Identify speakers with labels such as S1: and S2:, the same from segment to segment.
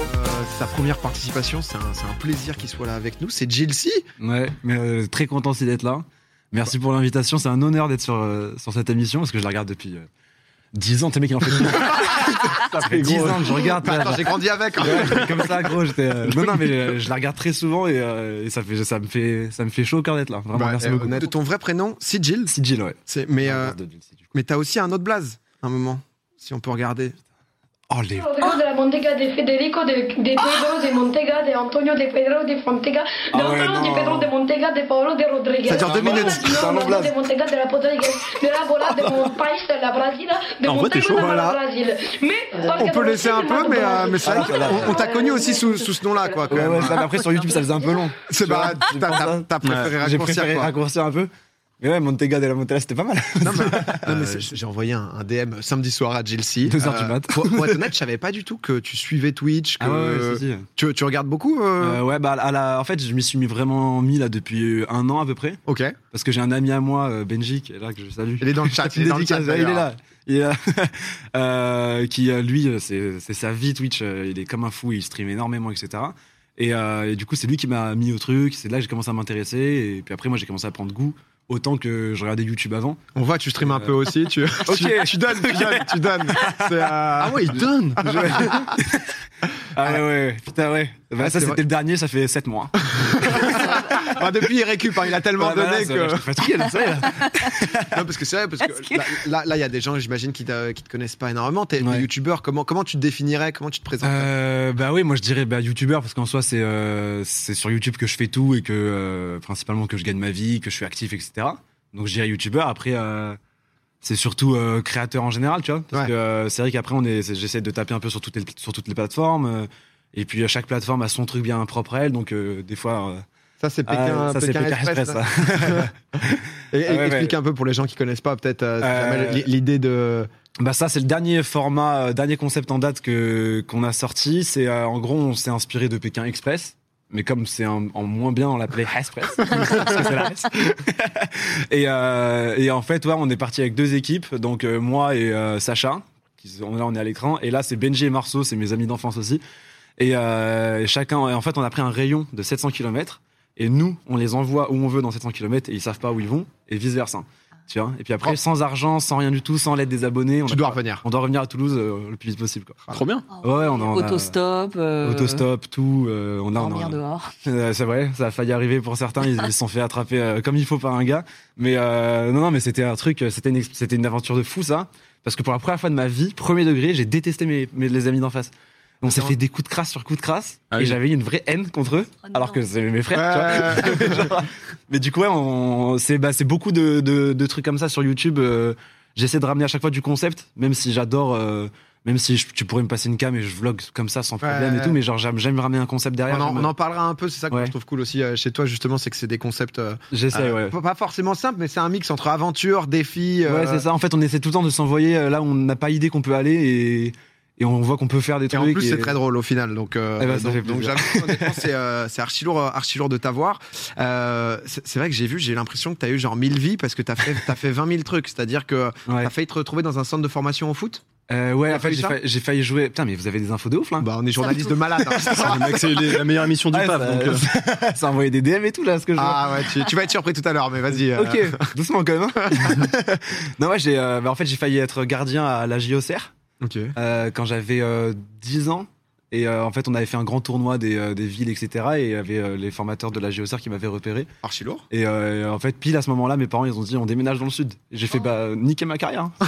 S1: Euh, sa première participation. C'est un, c'est un plaisir qu'il soit là avec nous. C'est Chelsea.
S2: Ouais, mais euh, très content aussi d'être là. Merci pour l'invitation. C'est un honneur d'être sur, euh, sur cette émission parce que je la regarde depuis euh, 10 ans. T'es mec, il en fait plus. Ça fait 10 ans que je regarde.
S1: Bah, attends, j'ai grandi avec. hein.
S2: Ouais, comme ça, gros, j'étais. euh, Non, non, mais euh, je la regarde très souvent et, euh, et ça, fait, ça, me fait, ça me fait chaud au cœur d'être là. Vraiment,
S3: Bah,
S2: merci
S3: euh,
S2: beaucoup.
S3: honnête-
S1: De ton vrai prénom, Sigil.
S2: Sigil, ouais.
S1: C'est, mais euh,
S2: De Jill Sigil.
S1: mais t'as aussi un autre blaze à un moment, si on peut regarder.
S2: Oh, les.
S1: Ah.
S4: de la Montega de Federico de, de Pedro de Montega de Antonio de Pedro de Fontega de
S2: Ah ouais,
S4: Antonio
S2: non.
S4: de Pedro de Montega de Paolo de Rodriguez
S1: Ça dure deux
S4: de Montega,
S1: minutes.
S4: de
S1: C'est un long
S4: Leonardo
S1: blast.
S4: de Montega de la Podrigue de la Bola de Monpais de la Brasile de
S3: En vrai, t'es
S4: Montego de
S3: chaud,
S4: la
S3: voilà.
S4: Brasile mais
S1: On peut laisser un peu, mais, euh, mais ça,
S2: Ah, là, là, là.
S1: on, on t'a connu aussi sous, sous ce nom-là, quoi. Quand
S2: Ouais,
S1: même.
S2: ouais, ça, mais après sur YouTube, ça faisait un peu long.
S1: C'est
S2: Tu
S1: bah,
S2: vois,
S1: t'as-
S2: c'est pour ça.
S1: t'as t'as préféré
S2: J'ai
S1: raccourcir.
S2: préféré
S1: quoi.
S2: raccourcir un peu. Mais ouais, Montega de la Montella, c'était pas mal.
S1: Non, mais, non, mais c'est- j'ai envoyé un, un DM samedi soir à Chelsea.
S2: Deux heures du mat. Ah,
S1: Pour, pour être honnête, je savais pas du tout que tu suivais Twitch. Que,
S2: si, si.
S1: tu, tu regardes beaucoup euh,
S2: Euh, ouais, bah, à la- en fait, je m'y suis mis vraiment mis là depuis un an à peu près.
S1: Ok. Il
S2: Parce que j'ai un ami à moi, euh, Benji, qui est là, que je salue.
S1: est dans le chat.
S2: Une
S1: il est dans le chat,
S2: dédicace, ouais, il est
S1: d'ailleurs.
S2: là. Il est là. Euh, qui, euh, lui, euh, c'est c'est sa vie Twitch. euh, Il est comme un fou, il stream énormément, etc. Et, euh, et du coup, c'est lui qui m'a mis au truc. C'est là que j'ai commencé à m'intéresser. Et puis après, moi, j'ai commencé à prendre goût autant que je regardais YouTube avant.
S1: On voit que tu streames un peu aussi. Tu, tu, tu donnes, tu donnes, tu donnes. C'est, euh, Ah ouais, il donne.
S2: Ah ouais, ouais, ouais. putain, ouais. Bah,
S1: Ah, c'est
S2: ça,
S1: vrai.
S2: c'était le dernier, ça fait 7 mois.
S1: Enfin, depuis, il récupère. Il a tellement
S2: Ouais, bah, là,
S1: donné
S2: ça-
S1: que.
S2: Je suis fatigué, là, ça y est, là.
S1: Non, parce que c'est vrai, parce que, là, là, là, il y a des gens, j'imagine, qui, t'a- qui te connaissent pas énormément. T'es
S2: Ouais.
S1: es youtubeur, comment, comment tu te définirais Comment tu te présentes
S2: Euh, bah oui, moi je dirais bah, youtubeur parce qu'en soi c'est euh, c'est sur YouTube que je fais tout et que euh, principalement que je gagne ma vie, que je suis actif, etc. Donc je dirais youtubeur. Après euh, c'est surtout euh, créateur en général, tu vois. Parce
S1: Ouais.
S2: que euh, c'est vrai qu'après on est, c'est- j'essaie de taper un peu sur toutes les sur toutes les plateformes. euh, et puis euh, chaque plateforme a son truc bien propre à elle, donc euh, des fois euh,
S1: Ça, c'est
S2: ah,
S1: Pékin,
S2: ça c'est
S1: Pékin
S2: Pékin
S1: Express.
S2: Express.
S1: là.
S2: ça.
S1: Et, et
S2: Ah ouais,
S1: explique un peu pour les gens qui connaissent pas, peut-être, euh, si
S2: Euh,
S1: jamais l- l'idée de.
S2: Bah ça c'est le dernier format, euh, dernier concept en date que qu'on a sorti. C'est euh, en gros on s'est inspiré de Pékin Express, mais comme c'est un- en moins bien on l'appelait Express. parce que c'est la S. et, euh, et en fait ouais on est parti avec deux équipes, donc euh, moi et euh, Sacha, qui sont- là on est à l'écran, et là c'est Benji et Marceau, c'est mes amis d'enfance aussi. Et euh, chacun, en fait on a pris un rayon de 700 km et nous on les envoie où on veut dans 700 km et ils savent pas où ils vont et vice versa. Tu vois et puis après,
S1: Oh.
S2: sans argent, sans rien du tout, sans l'aide des abonnés, on
S1: Tu
S2: a
S1: dois revenir.
S2: on doit revenir à Toulouse euh, le plus vite possible. Quoi.
S3: Trop bien.
S2: Ouais, on a- on a-
S5: Oh. Autostop. euh,
S2: Autostop, tout. euh, on a, on a-
S5: Dormir dehors.
S2: Euh, c'est vrai, ça a failli arriver pour certains. Ils ils se sont fait attraper euh, comme il faut par un gars. Mais euh, non, non, mais c'était un truc, euh, c'était une, ex- c'était une aventure de fou ça. Parce que pour la première fois de ma vie, premier degré, j'ai détesté mes, mes les amis d'en face. On s'est
S1: Attends.
S2: fait des coups de crasse sur coups de crasse
S3: Ah
S2: et
S3: oui.
S2: j'avais une vraie haine contre eux,
S5: Oh non.
S2: alors que c'est mes frères. tu vois.
S1: Ouais.
S2: Mais du coup, ouais, on- c'est bah, c'est beaucoup de, de- de trucs comme ça sur YouTube. euh, J'essaie de ramener à chaque fois du concept, même si j'adore, euh, même si je- tu pourrais me passer une cam et je vlog comme ça sans problème
S1: Ouais.
S2: et tout, mais genre j'aime j'aime ramener un concept derrière.
S1: on, en, on
S2: j'aime-
S1: en parlera un peu, c'est ça que moi,
S2: Ouais.
S1: je trouve cool aussi euh, chez toi, justement, c'est que c'est des concepts. euh,
S2: J'essaie,
S1: euh,
S2: ouais.
S1: pas- Pas forcément simples, mais c'est un mix entre aventure, défi. euh,
S2: Ouais, c'est ça. En fait, on essaie tout le temps de s'envoyer euh, là où on n'a pas idée qu'on peut aller et, et on voit qu'on peut faire des
S1: Et
S2: trucs.
S1: en plus, c'est très drôle au final. Donc, euh,
S2: Eh ben, ça
S1: donc,
S2: fait
S1: donc
S2: plaisir.
S1: j'avoue, honnêtement, c'est, euh, c'est archi lourd, euh, archi lourd de t'avoir. Euh, c'est c'est vrai que j'ai vu, j'ai l'impression que t'as eu genre 1000 vies parce que t'as fait, t'as fait 20 000 trucs. C'est-à-dire que
S2: Ouais,
S1: t'as failli te retrouver dans un centre de formation au foot.
S2: Euh, ouais
S1: T'as
S2: en fait,
S1: fait
S2: j'ai
S1: ça
S2: failli, j'ai failli jouer. Putain, mais vous avez des infos de ouf là.
S1: Bah, on est journaliste de malade. hein.
S3: Le mec, c'est les- la meilleure émission du
S2: Ouais,
S3: PAF.
S2: ça-
S3: donc, euh,
S2: ça a envoyé des DM et tout là, ce que je vois.
S1: ah ouais, tu, tu vas être surpris tout à l'heure, mais vas-y. euh,
S2: Ok, doucement quand même. hein. non, ouais, j'ai, euh, bah, en fait, j'ai failli être gardien à la JOCR
S1: ok.
S2: euh, quand j'avais euh, 10 ans. Et euh, en fait, on avait fait un grand tournoi des, euh, des villes, etc. Et il y avait euh, les formateurs de la JOCR qui m'avaient repéré.
S1: Archi lourd.
S2: Et euh, en fait, pile à ce moment-là, mes parents, ils ont dit on déménage dans le sud. Et J'ai fait bah, euh, niquer ma carrière. hein.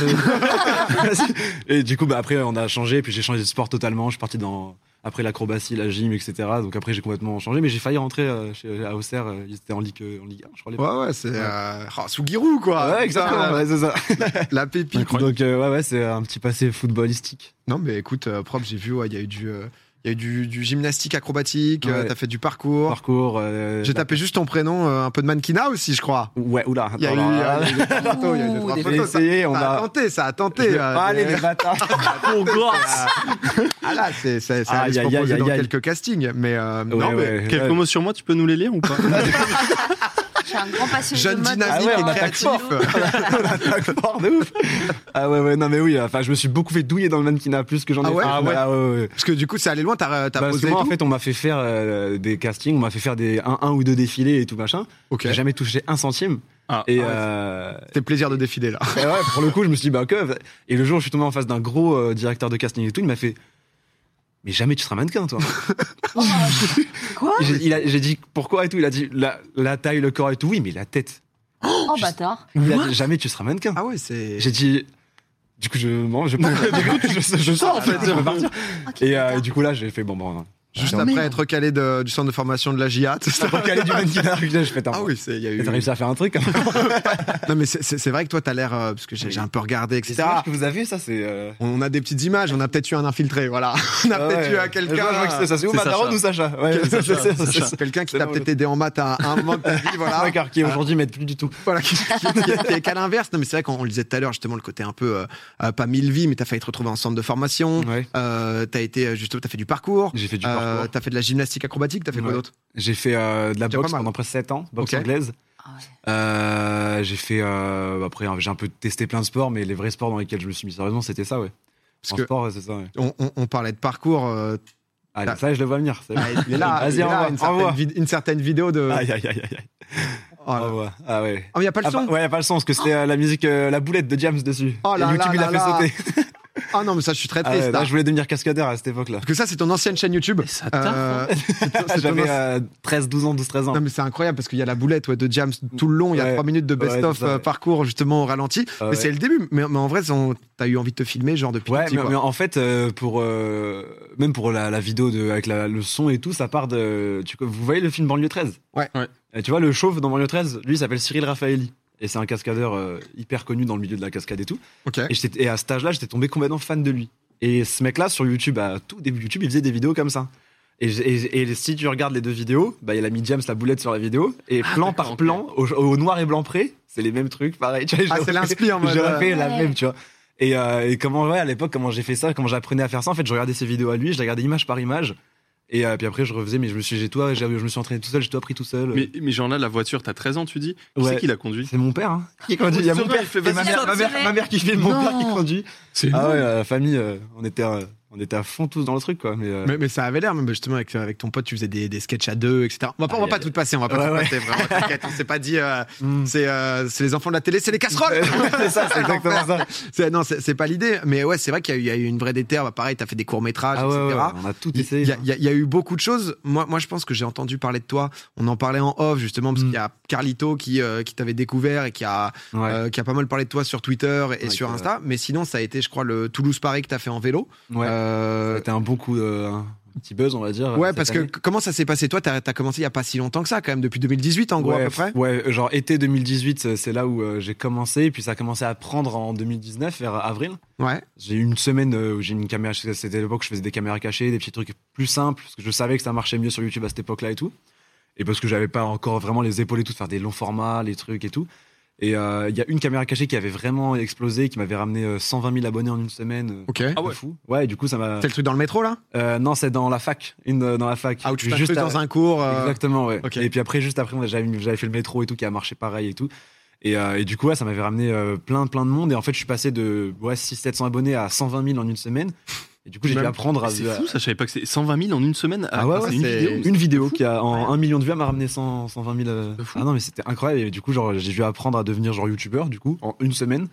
S2: et du coup, bah, après, on a changé. Puis j'ai changé de sport totalement. Je suis parti dans. Après l'acrobatie, la gym, etc. Donc après, j'ai complètement changé. Mais j'ai failli rentrer euh, chez, à Auxerre. euh, Ils étaient en Ligue, euh, en Ligue 1, je crois. les
S1: Ouais, Ah, ouais, c'est. Euh... oh, Sugirou, quoi.
S2: Ouais, exactement,
S1: Putain,
S2: ouais, c'est ça.
S1: La, la pépite.
S2: Donc, euh, ouais, ouais, c'est un petit passé footballistique.
S1: Non, mais écoute, euh, propre, j'ai vu, ouais, il y a eu du. euh, Il y a eu du, du gymnastique acrobatique, euh,
S2: Ouais.
S1: t'as fait du parcours.
S2: Parcours. euh,
S1: J'ai
S2: la-
S1: tapé juste ton prénom, euh, un peu de mannequinat aussi, je crois.
S2: Ouais, oula.
S1: Il y a eu
S2: attends, là, là,
S1: euh, il y a eu des photos, il y a eu des
S5: Ouh,
S1: trois
S5: des
S2: j'ai
S1: photos. Ça
S2: essayé, on
S1: ça a
S2: a.
S1: tenté, ça a tenté.
S2: Je-
S1: euh,
S2: Allez,
S1: mais-
S2: les bâtards.
S3: on gosse.
S1: Ah là, c'est, c'est, ça
S2: Aïe,
S1: allait se
S2: aïe,
S1: proposer
S2: aïe,
S1: dans
S2: aïe, aïe.
S1: quelques castings, mais euh,
S2: Ouais,
S1: non, mais
S2: ouais,
S3: Quelques
S2: ouais.
S3: Ah, mots sur moi, tu peux nous les lire ou pas
S5: suis un grand passionné
S1: Jeune
S5: de mode.
S1: dynamique
S2: Ah ouais, on
S1: et
S2: attaque
S1: créatif.
S2: fort. Fort de ouf. Ah ouais, ouais, non, mais oui, enfin, je me suis beaucoup fait douiller dans le mannequinat, plus que j'en ai
S1: Ah ouais
S2: fait.
S1: Ah ouais.
S2: ouais, ouais.
S1: Parce que du coup, c'est allé loin, t'as t'as
S2: Bah,
S1: posé. et
S2: souvent, en
S1: tout
S2: fait, on m'a fait faire euh, des castings, on m'a fait faire des un, un ou deux défilés et tout machin.
S1: Ok.
S2: J'ai jamais touché un centime.
S3: Ah,
S2: et,
S1: ah ouais.
S2: euh,
S1: C'était plaisir de défiler là.
S2: et ouais, pour le coup, je me suis dit, bah, que. Et le jour où je suis tombé en face d'un gros euh, directeur de casting et tout, il m'a fait. Mais jamais tu seras mannequin, toi.
S1: Ah
S5: Quoi
S2: Et J'ai il a- j'ai dit pourquoi et tout. Il a dit la, la taille, le corps et tout. Oui, mais la tête.
S5: Oh bâtard.
S2: Il a dit, jamais tu seras mannequin.
S1: Ah ouais, c'est.
S2: J'ai dit. Du coup, je mange, je mange. je, je sors en fait.
S1: Ah,
S2: je veux partir.
S5: Ok,
S2: Et, euh,
S5: bâtard.
S2: et du coup, là, j'ai fait bon, bon, non.
S1: Juste
S2: Ah,
S1: après
S2: merde.
S1: être recalé de- du centre de formation de la JIAT.
S2: T'as pas calé du mannequinat. Je fais attends,
S1: Ah oui, c'est- il y a eu.
S2: T'as réussi à faire un truc. hein.
S1: Non, mais c'est- c'est c'est vrai que toi, t'as l'air. euh, parce que j'ai
S2: Oui.
S1: j'ai un peu regardé,
S2: Les
S1: etc.
S2: images que vous avez, ça, c'est. euh,
S1: On a des petites images, on a peut-être eu un infiltré, voilà. On a
S2: ah
S1: peut-être eu à
S2: ouais. Je vois- je vois que
S1: quelqu'un.
S2: c'est ça. C'est ou
S3: C'est
S2: Mataron
S3: Sacha.
S2: ou Sacha Ouais, c'est ça, c'est ça, c'est ça.
S1: Quelqu'un qui
S2: C'est
S1: t'a
S2: bon,
S1: peut-être
S2: je-
S1: aidé en maths à un moment de ta vie, voilà.
S2: Ouais, car qui aujourd'hui m'aide plus du tout.
S1: Ah. voilà qui, qui- qui- qui est qu'à l'inverse. Non, mais c'est vrai qu'on on le disait tout à l'heure, justement, le côté un peu euh, euh, pas mille vies, mais t'as failli te retrouver en centre de formation.
S2: Ouais.
S1: Euh, t'as été, euh, justement, t'as fait du parcours.
S2: J'ai fait du
S1: Euh,
S2: parcours.
S1: t'as fait de la gymnastique acrobatique, t'as fait quoi
S2: Ouais.
S1: d'autre
S2: J'ai fait euh, de la
S1: Déjà
S2: boxe
S1: pas mal.
S2: pendant presque 7 ans, boxe
S1: Ok.
S2: anglaise.
S5: Ah ouais.
S2: Euh, j'ai fait. euh, après, j'ai un peu testé plein de sports, mais les vrais sports dans lesquels je me suis mis sérieusement, c'était ça, ouais.
S1: Parce
S2: en
S1: que-
S2: sport, ouais, c'est ça, ouais.
S1: on, on- on parlait de parcours. euh,
S2: Ah,
S1: Ah.
S2: Ça, je le vois venir. c'est bon.
S1: il est là,
S2: Vas-y,
S1: il est là,
S2: envoie,
S1: une, certaine
S2: envoie.
S1: vid- une certaine vidéo de.
S2: Aïe, aïe, aïe, aïe.
S1: Oh là.
S2: Ah ouais. Ah ouais.
S1: Ah, mais y a pas le
S2: Ah,
S1: son.
S2: bah, ouais, y a pas le son, parce que c'était euh, la musique, euh, la boulette de James dessus.
S1: Oh
S2: Et
S1: là
S2: YouTube,
S1: là
S2: il
S1: là
S2: l'a
S1: là.
S2: fait sauter.
S1: Ah non, mais ça, je suis très
S2: Ah
S1: triste.
S2: ouais, là,
S1: hein.
S2: je voulais devenir cascadeur à cette époque-là.
S1: Parce que ça, c'est ton ancienne chaîne YouTube.
S3: ça
S1: Euh, c'est ton- c'est ton
S2: J'avais
S1: ancien-
S2: euh, 13, 12 ans, 12, 13 ans.
S1: Non mais c'est incroyable parce qu'il y a la boulette ouais, de James tout le long, il y a
S2: Ouais.
S1: trois minutes de
S2: Ouais,
S1: best-of
S2: c'est ça,
S1: euh,
S2: ouais.
S1: parcours justement au ralenti.
S2: Ah
S1: mais
S2: ouais.
S1: c'est le début, mais, mais en vrai on- t'as eu envie de te filmer genre depuis
S2: Ouais,
S1: petit,
S2: mais,
S1: quoi.
S2: mais en fait, euh, pour euh, même pour la, la vidéo de, avec la- le son et tout, ça part de. Tu, vous voyez le film Banlieue 13
S1: Ouais.
S3: Ouais.
S2: Et tu vois, le chauve dans Banlieue 13, lui, il s'appelle Cyril Raffaelli. Et c'est un cascadeur euh, hyper connu dans le milieu de la cascade et tout.
S1: Ok.
S2: Et, j'étais- et à cet âge-là, j'étais tombé complètement fan de lui. Et ce mec-là, sur YouTube, à tout début YouTube, il faisait des vidéos comme ça. Et, j- et- et si tu regardes les deux vidéos, bah, il a mis James la boulette sur la vidéo. Et
S1: Ah,
S2: plan par plan, au, au noir et blanc près, c'est les mêmes trucs, pareil. Tu vois,
S1: Ah
S2: j'ai
S1: c'est
S2: refait-
S1: l'inspire moi.
S2: J'aurais fait la
S5: Ouais.
S2: même, tu vois. Et, euh, et comment, ouais, à l'époque, comment j'ai fait ça, comment j'apprenais à faire ça, en fait, je regardais ces vidéos à lui, je les regardais image par image. Et euh, puis après, je refaisais, mais je me suis, j'ai tout, j'ai- je me suis entraîné tout seul, j'ai tout appris tout seul.
S3: Mais, mais genre là, la voiture, t'as 13 ans, tu dis Qui
S2: Ouais.
S3: c'est qui l'a conduit
S2: c'est mon père, hein. Qui
S1: Ah,
S2: conduit, il y a mon
S3: Sérieux,
S2: père,
S3: il fait,
S2: et
S3: vas-y,
S2: ma, mère,
S5: sortir.
S2: ma, mère, ma mère qui filme, mon
S5: Non.
S2: père qui conduit.
S3: C'est
S2: Ah ouais, la famille, euh, on, était, euh, on était à fond tous dans le truc, quoi. Mais, euh,
S1: Mais, mais ça avait l'air, même justement avec, avec ton pote, tu faisais des, des sketchs à deux, etc. On va pas, on va
S2: Ah,
S1: pas
S2: y a-
S1: tout passer, on va pas
S2: Ouais,
S1: tout passer,
S2: ouais.
S1: vraiment, t'inquiète, on s'est pas dit, euh,
S2: hmm.
S1: c'est euh, c'est les enfants de la télé, c'est les casseroles
S2: c'est ça, c'est exactement ça.
S1: C'est- Non, c'est c'est pas l'idée, mais ouais, c'est vrai qu'il y, a eu- il y a eu une vraie déterre, bah, pareil, t'as fait des courts-métrages,
S2: Ah ouais, ouais,
S1: etc.
S2: on a tout
S1: Il
S2: essayé.
S1: y, a-
S2: hein. là.
S1: il y a- il y a eu beaucoup de choses. Moi, moi, je pense que j'ai entendu parler de toi. On en parlait en off, justement, parce
S2: Mm.
S1: qu'il y a Carlito qui, euh, qui t'avait découvert et qui a,
S2: Ouais.
S1: euh, qui a pas mal parlé de toi sur Twitter et
S2: Ouais,
S1: sur
S2: que-
S1: Insta. Mais sinon, ça a été, je crois, le Toulouse-Paris que t'as fait en vélo.
S2: Ouais.
S1: Euh,
S2: C'était un bon coup, euh, un petit buzz, on va dire.
S1: ouais,
S2: cette
S1: parce
S2: année.
S1: que comment ça s'est passé Toi, t'as as commencé il y a pas si longtemps que ça, quand même, depuis 2018, en gros,
S2: ouais,
S1: à peu près.
S2: Ouais, genre été 2018, euh, c'est là où euh, j'ai commencé, puis ça a commencé à prendre en 2019, vers avril.
S1: Ouais.
S2: J'ai eu une semaine euh, où j'ai mis une caméra, c'était l'époque où je faisais des caméras cachées, des petits trucs plus simples, parce que je savais que ça marchait mieux sur YouTube à cette époque-là et tout. Et parce que j'avais pas encore vraiment les épaules et tout, de faire des longs formats, les trucs et tout. Et euh, il y a une caméra cachée qui avait vraiment explosé, qui m'avait ramené euh, 120 000 abonnés en une semaine. euh,
S1: Ok.
S3: Ah ouais.
S2: fou. Ouais, et du coup, ça m'a.
S1: C'est le truc dans le métro, là
S2: Euh, non, c'est dans la fac. Une euh, dans la fac.
S1: Ah, où tu
S2: Juste
S1: juste
S2: à-
S1: dans un cours. euh,
S2: Exactement, ouais.
S1: ok.
S2: Et puis après, juste après, on a- j'avais j'avais fait le métro et tout qui a marché pareil et tout. Et, euh, et du coup, ouais, ça m'avait ramené euh, plein, plein de monde. Et en fait, je suis passé de ouais, 600-700 abonnés à 120 000 en une semaine. Et du coup, j'ai dû
S1: Même-
S2: apprendre à.
S3: C'est fou, ça, je savais pas que c'est 120 000 en une semaine.
S2: Ah ouais,
S3: c'est
S2: ouais,
S3: une
S1: c'est-
S3: vidéo.
S2: Une vidéo qui a en 1 million de vues elle m'a ramené 100, 120 000. euh,
S3: De fou.
S2: Ah non, mais c'était incroyable. Et du coup, genre, j'ai dû apprendre à devenir genre youtubeur, du coup, en une semaine.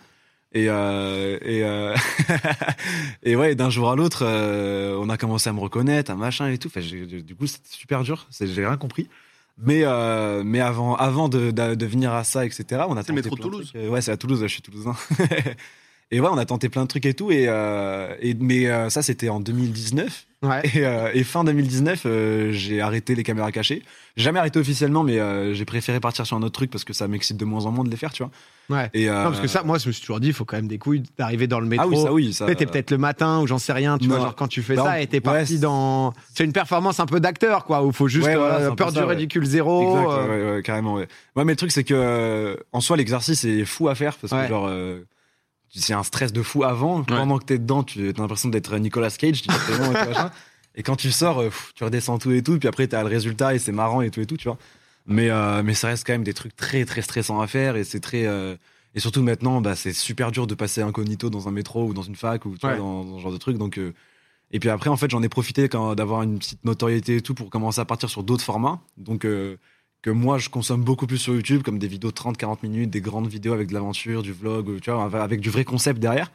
S2: Et, euh, et, euh, et ouais, d'un jour à l'autre, euh, on a commencé à me reconnaître, à machin et tout. Enfin, j'ai- du coup, c'était super dur. C'est- J'ai rien compris. Mais, euh, mais avant, avant de, de- de venir à ça, etc., on a
S3: C'est le
S2: tenté
S3: métro de
S2: plein
S3: Toulouse.
S2: trucs. Euh, Ouais, c'est à Toulouse, je suis toulousain. et ouais, on a tenté plein de trucs et tout. Et, euh, et, mais euh, ça, c'était en 2019.
S1: Ouais.
S2: Et, euh, et fin 2019, euh, j'ai arrêté les caméras cachées. J'ai jamais arrêté officiellement, mais euh, j'ai préféré partir sur un autre truc parce que ça m'excite de moins en moins de les faire, tu vois.
S1: Ouais.
S2: Et, euh,
S1: Non, parce que ça, moi, je me suis toujours dit, il faut quand même des couilles d'arriver dans le métro.
S2: ah oui, ça oui, ça.
S1: Tu sais, T'es peut-être le matin ou j'en sais rien, tu
S2: Non.
S1: vois, genre quand tu fais
S2: Bah, on-
S1: ça et t'es parti
S2: ouais, c'est-
S1: dans. C'est une performance un peu d'acteur, quoi, où faut juste
S2: Ouais, voilà,
S1: euh,
S2: c'est un peu
S1: peur
S2: ça,
S1: du
S2: ouais.
S1: ridicule zéro.
S2: Exact,
S1: euh,
S2: ouais, ouais, ouais, carrément. Ouais. Ouais, mais le truc c'est que euh, en soi l'exercice est fou à faire parce
S1: Ouais.
S2: que genre euh, c'est un stress de fou avant. Pendant que t'es dedans, tu as l'impression d'être Nicolas Cage, tu dis, C'est bon, et tout, machin. Et quand tu sors, euh, pff, tu redescends tout et tout, puis après t'as le résultat et c'est marrant et tout et tout, tu vois. Mais, euh, mais ça reste quand même des trucs très très stressants à faire et c'est très. euh, et surtout maintenant, bah, c'est super dur de passer incognito dans un métro ou dans une fac ou tu vois,
S1: Ouais.
S2: dans, dans ce genre de truc. Donc, euh, et puis après, en fait, j'en ai profité quand- d'avoir une petite notoriété et tout pour commencer à partir sur d'autres formats. Donc, euh, que moi, je consomme beaucoup plus sur YouTube, comme des vidéos de 30-40 minutes, des grandes vidéos avec de l'aventure, du vlog, euh, tu vois, avec- avec du vrai concept derrière.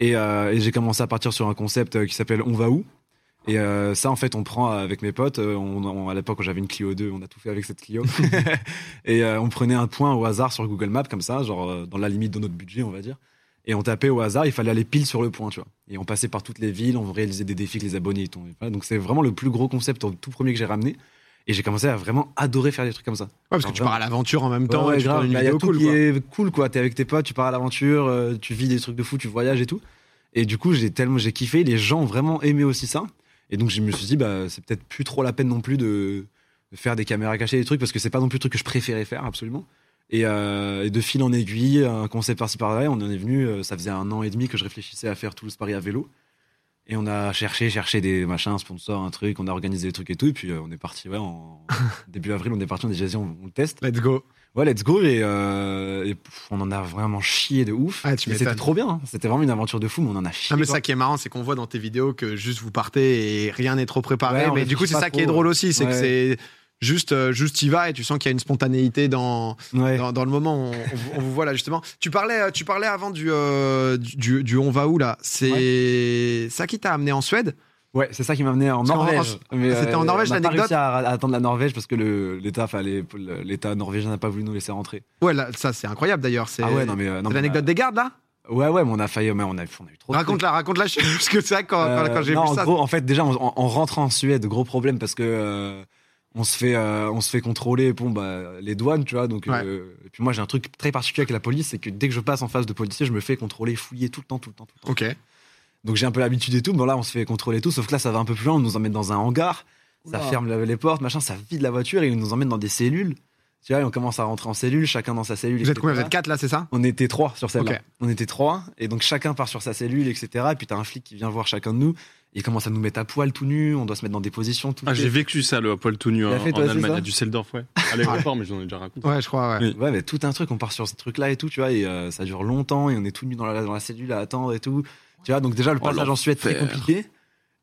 S2: Et, euh, et j'ai commencé à partir sur un concept euh, qui s'appelle On va où et euh, ça, en fait, on prend avec mes potes. euh, on- on- à l'époque, j'avais une Clio 2, on a tout fait avec cette Clio. et euh, on prenait un point au hasard sur Google Maps, comme ça, genre euh, dans la limite de notre budget, on va dire. Et on tapait au hasard, il fallait aller pile sur le point, tu vois. Et on passait par toutes les villes, on réalisait des défis que les abonnés y tombaient pas. Donc c'est vraiment le plus gros concept, le tout premier que j'ai ramené. Et j'ai commencé à vraiment adorer faire des trucs comme ça.
S1: parce que tu pars à l'aventure en même temps.
S2: Ouais,
S1: et
S2: ouais,
S1: tu prends
S2: grave.
S1: une
S2: Bah, y a
S1: vidéo
S2: tout
S1: cool.
S2: qui
S1: quoi.
S2: est cool, quoi. T'es avec tes potes, tu pars à l'aventure, euh, tu vis des trucs de fou, tu voyages et tout. Et du coup, j'ai tellement, j'ai kiffé. Les gens ont vraiment aimé aussi ça. Et donc, je me suis dit, bah, c'est peut-être plus trop la peine non plus de, de faire des caméras cachées, des trucs, parce que c'est pas non plus le truc que je préférais faire, absolument. Et, euh, et de fil en aiguille, un concept par-ci par-là, on en est venu. euh, ça faisait un an et demi que je réfléchissais à faire Toulouse-Paris à vélo. Et on a cherché, cherché des machins, un sponsor, un truc, on a organisé des trucs et tout. Et puis euh, on est parti, ouais, en début avril, on est parti, on a dit, vas-y, on- on le teste.
S1: Let's go.
S2: Ouais, let's go et, euh, et pff, on en a vraiment chié de ouf.
S1: Ah, tu
S2: Et
S1: m'étonnes.
S2: c'était trop bien. hein. C'était vraiment une aventure de fou, mais on en a chié.
S1: Non, mais
S2: quoi.
S1: ça qui est marrant, c'est qu'on voit dans tes vidéos que juste vous partez et rien n'est trop préparé.
S2: Ouais, on
S1: mais du coup, c'est
S2: réfléchit pas
S1: ça qui
S2: trop,
S1: est drôle aussi, c'est que
S2: Ouais.
S1: c'est juste, euh, juste y va et tu sens qu'il y a une spontanéité dans,
S2: Ouais.
S1: dans, dans le moment. On, on vous- on vous voit là justement. Tu parlais, euh, tu parlais avant du, euh, du, du- du on va où là. C'est ça qui t'a amené en Suède.
S2: Ouais, c'est ça qui m'a amené en
S1: Parce qu'en-
S2: Norvège. Ah, Mais, euh,
S1: c'était en Norvège,
S2: on a pas
S1: l'anecdote
S2: réussi à, à attendre la Norvège parce que le- l'État fallait- l'État norvégien n'a pas voulu nous laisser rentrer.
S1: Ouais, là, ça c'est incroyable d'ailleurs. C'est
S2: Ah ouais, non mais. euh, non,
S1: c'est
S2: mais
S1: l'anecdote des gardes là.
S2: on a- Ouais, ouais, mais on a failli. mais on, a, on a eu trop de
S1: Raconte la, raconte la. Parce que c'est vrai que quand, quand-
S2: Euh,
S1: quand j'ai
S2: non,
S1: vu
S2: en
S1: ça.
S2: gros, en fait, déjà, on, on- on rentre en Suède, gros problème parce que euh, on se fait, euh, on se fait contrôler, bon, bah, les douanes, tu vois. Donc, euh, et puis moi, j'ai un truc très particulier avec la police, c'est que dès que je passe en face de policiers, je me fais contrôler, fouiller tout le temps, tout le temps, tout le temps.
S1: Ok.
S2: Donc j'ai un peu l'habitude et tout. Bon là, on se fait contrôler et tout, sauf que là, ça va un peu plus loin. On nous emmène dans un hangar, ça
S5: Oula.
S2: ferme la- les portes, machin, ça vide la voiture et ils nous emmènent dans des cellules. Tu vois, et on commence à rentrer en cellule, chacun dans sa cellule.
S1: Vous êtes
S2: etc..
S1: combien Vous êtes quatre là, c'est ça
S2: On était trois sur celle-là.
S1: Ok.
S2: On était trois, et donc chacun part sur sa cellule, etc. Et puis t'as un flic qui vient voir chacun de nous. Il commence à nous mettre à poil tout nu, on doit se mettre dans des positions tout
S3: Ah, j'ai vécu ça, le poil tout nu
S2: T'as
S3: hein,
S2: fait, toi,
S3: en
S2: c'est
S3: Allemagne,
S2: ça
S3: à Düsseldorf, ouais. À l'aéroport, mais j'en ai déjà raconté.
S1: Ouais, je crois. ouais.
S3: Oui.
S2: Ouais, mais tout un truc, on part sur ce truc-là et tout, tu vois, et euh, ça dure longtemps, et on est tout nu dans la, dans la cellule à attendre et tout. Tu vois, donc déjà, le
S3: Oh,
S2: passage en Suède, très
S3: l'enfer.
S2: compliqué.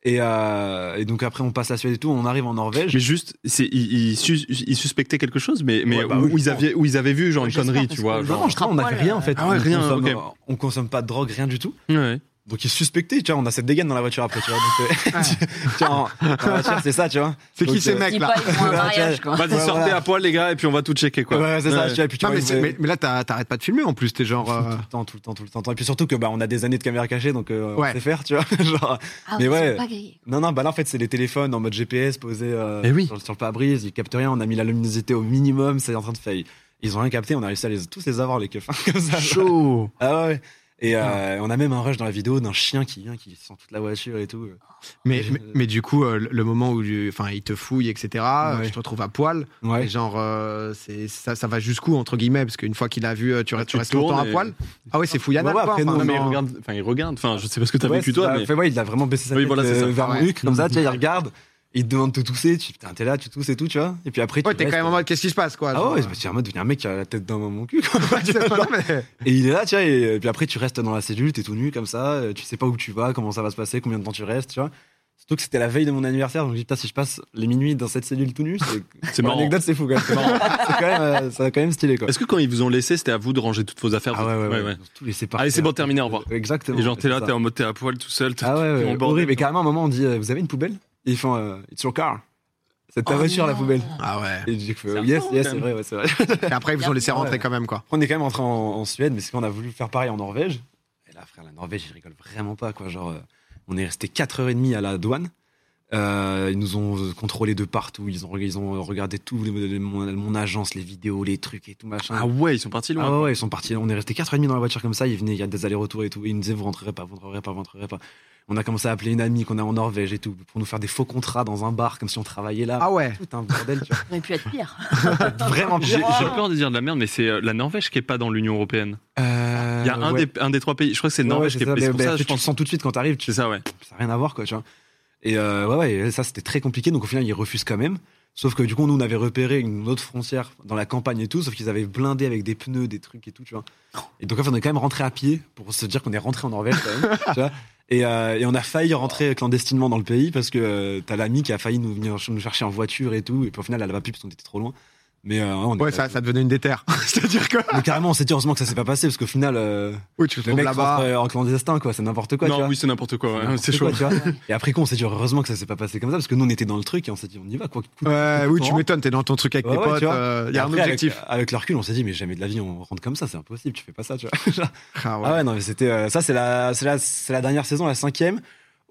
S2: Et, euh, et donc après, on passe la Suède et tout, on arrive en Norvège.
S3: Mais juste, c'est, ils, ils sus- ils suspectaient quelque chose, mais, mais
S2: Ouais, bah
S3: où,
S2: oui,
S3: où ils
S2: je
S3: avaient, où ils avaient vu genre
S5: Ouais,
S3: une
S5: j'espère,
S3: connerie,
S5: parce
S3: tu vois.
S5: que-
S2: Non,
S3: Genre...
S2: non, je crois, on n'avait rien en fait.
S3: Ah ouais,
S2: on,
S3: rien,
S2: consomme,
S3: ok.
S2: on consomme pas de drogue, rien du tout.
S3: Ouais.
S2: Donc ils suspectaient, tu vois, on a cette dégaine dans la voiture après, tu vois. Donc, euh,
S3: Ah.
S2: tu vois, en- dans la voiture, c'est ça, tu vois.
S1: C'est qui
S2: Donc,
S1: ces
S2: euh,
S1: mecs
S5: Dis
S1: là
S5: pas, ils font un mariage, quoi.
S3: Vas-y,
S2: Ouais,
S3: sortez
S2: voilà.
S3: à poil, les gars, et puis on va tout checker, quoi.
S2: Ouais, c'est ça,
S3: Ouais.
S2: tu vois. et puis, tu
S1: Non,
S2: vois,
S1: mais,
S2: ils
S1: c'est-
S2: voulaient-
S1: mais- mais là, t'as- t'arrêtes pas de filmer en plus, t'es genre. euh,
S2: tout le temps, tout le temps, tout le temps, tout le temps. Et puis surtout que bah on a des années de caméras cachées, donc euh,
S1: Ouais.
S2: on sait faire, tu vois. Genre,
S5: Ah,
S2: Mais
S5: ils sont
S2: ouais.
S5: pas grillés.
S2: non, non, bah là en fait c'est les téléphones en mode GPS posés euh,
S3: Eh oui.
S2: sur, sur le pare-brise, ils captent rien. On a mis la luminosité au minimum, c'est en train de faire. Ils ont rien capté, on a réussi à les, tous les avoir les keufs hein, comme ça.
S1: Chaud
S2: Ah ouais. Et euh, on a même un rush dans la vidéo d'un chien qui vient, qui sent toute la voiture et tout.
S1: mais,
S2: Je-
S1: mais, mais du coup, euh, le- le moment où euh, enfin, ils te fouillent, etc., euh,
S2: Ouais.
S1: tu te retrouves à poil.
S2: Ouais.
S1: Et genre, euh, c'est- ça, ça va jusqu'où, entre guillemets Parce qu'une fois qu'il a vu, euh,
S2: Bah,
S1: tu, restes- tu
S3: tu
S1: restes longtemps à
S3: tournes et-
S1: poil. Ah ouais, c'est fouillana,
S2: Ouais, ouais,
S1: quoi,
S2: après,
S1: enfin,
S2: nous,
S3: Non, mais
S1: non.
S3: ils regardent, enfin, ils regardent, enfin, je sais pas ce que t'as
S2: Ouais,
S3: vécu,
S2: c'est
S3: toi,
S2: ça.
S3: mais.
S2: Fait, ouais, il a vraiment baissé sa
S3: Oui,
S2: tête
S3: voilà, c'est
S2: euh,
S3: ça.
S2: vers
S1: Ouais.
S2: le nuque, comme ça, tu vois, il regarde, il te demande de tousser, tu putain, t'es là, tu tousses et tout, tu vois. Et puis après, tu
S1: Ouais, t'es quand
S2: restes.
S1: même en mode, qu'est-ce qui se passe, quoi
S2: Ah
S1: genre,
S2: ouais,
S1: euh,
S2: je me suis en mode, il y a un mec qui a la tête dans mon cul. quoi.
S1: c'est pas- non, mais-
S2: et il est là, tu vois, et, et puis après, tu restes dans la cellule, t'es tout nu comme ça, euh, tu sais pas où tu vas, comment ça va se passer, combien de temps tu restes, tu vois. Surtout que c'était la veille de mon anniversaire, donc je me dis, putain, si je passe les minuit dans cette cellule tout nu, c'est.
S3: C'est
S2: Pour
S3: marrant.
S2: L'anecdote, c'est fou, quand même. C'est quand même, euh, ça va quand même stylé, quoi.
S3: Est-ce que quand ils vous ont laissé, c'était à vous de ranger toutes vos affaires
S2: Ah ouais,
S3: vous-
S2: ouais, ouais. Tout laisser partir.
S3: Allez, c'est bon, terminé, au revoir.
S2: Exactement.
S3: Et genre, t'es là,
S2: C'est
S3: t'es
S2: ça.
S3: en mode, t'es à poil tout seul. t'es-
S2: Ah ouais,
S3: t'es
S2: ouais,
S3: en bordel. hein.
S2: horrible. Et carrément, à un moment, on dit euh, Vous avez une poubelle Et ils font euh, It's your car. C'est ta
S5: Oh
S2: voiture, la
S5: non.
S2: poubelle.
S1: Ah ouais.
S2: Et j'ai fait
S3: C'est
S2: Yes,
S3: affreux,
S2: yes,
S3: quand
S2: c'est
S3: même.
S2: vrai, ouais, c'est vrai.
S1: Et après, ils vous ont laissé rentrer quand même, quoi.
S2: On est quand même entré en, en Suède, mais c'est qu'on a voulu faire pareil en Norvège. Et là, frère, la Norvège, je rigole vraiment pas, quoi. Genre, euh, on est resté 4h30 à la douane. Euh, ils nous ont contrôlés de partout. Ils ont, ils ont regardé tout, les- les- mon, mon agence, les vidéos, les trucs et tout, machin.
S3: Ah ouais, ils sont partis
S2: Ah
S3: loin.
S2: ouais, ouais, ils sont partis. On est resté 4h30 dans la voiture comme ça. Ils venaient, il y a des allers-retours et tout. Ils nous disaient, vous rentrerez pas, vous rentrerez pas, vous rentrerez pas. On a commencé à appeler une amie qu'on a en Norvège et tout pour nous faire des faux contrats dans un bar comme si on travaillait là.
S1: Ah ouais
S2: Tout un bordel, tu
S5: Ça aurait pu être pire.
S2: vois. Vraiment
S3: J'ai j'ai
S2: bien.
S3: peur de dire de la merde, mais c'est euh, la Norvège qui est pas dans l'union européenne.
S2: euh,
S3: Il y a un, des, un des trois pays, je crois que c'est la Norvège qui est c'est pour ça, je
S2: bah, tu le
S3: pense.
S2: sens tout de suite quand t'arrives. tu-
S3: C'est ça, ouais.
S2: Ça n'a rien à voir, quoi, tu vois. Et euh, ouais, ouais, et ça c'était très compliqué. Donc au final, ils refusent quand même. Sauf que du coup, nous, on avait repéré une autre frontière dans la campagne et tout, sauf qu'ils avaient blindé avec des pneus, des trucs et tout, tu vois. Et donc, en fait, on est quand même rentré à pied pour se dire qu'on est rentré en Norvège, quand même, tu vois. Et, euh, et on a failli rentrer clandestinement dans le pays parce que euh, t'as l'ami qui a failli nous venir ch- nous chercher en voiture et tout. Et puis au final, elle a pas pu parce qu'on était trop loin. Mais euh, on est
S1: Ouais,
S2: pas-
S1: ça, ça devenait une déterre. C'est-à-dire que.
S2: Mais carrément, on s'est dit heureusement que ça s'est pas passé parce qu'au final, euh,
S1: Oui, tu te
S2: le
S1: trouves
S2: mec
S1: là-bas.
S2: rentre, euh, en clandestin, quoi. C'est n'importe quoi, tu
S3: Non,
S2: vois.
S3: oui, c'est n'importe quoi. ouais, C'est
S2: n'importe
S3: chaud.
S2: quoi, tu vois. Et après, quoi, on s'est dit heureusement que ça s'est pas passé comme ça parce que nous, on était dans le truc et on s'est dit on y va, quoi. Cool.
S1: Ouais, oui, tu
S2: Comment
S1: m'étonnes, t'es dans ton truc avec
S2: Ouais,
S1: tes
S2: ouais,
S1: potes. euh,
S2: tu
S1: Il y
S2: vois.
S1: a
S2: Et
S1: un
S2: après,
S1: objectif.
S2: Avec, avec le recul, on s'est dit, mais jamais de la vie, on rentre comme ça, c'est impossible, tu fais pas ça, tu vois.
S1: Ah ouais.
S2: Ah ouais, non, mais c'était. euh, ça, c'est la, c'est, la, c'est la dernière saison, la cinquième.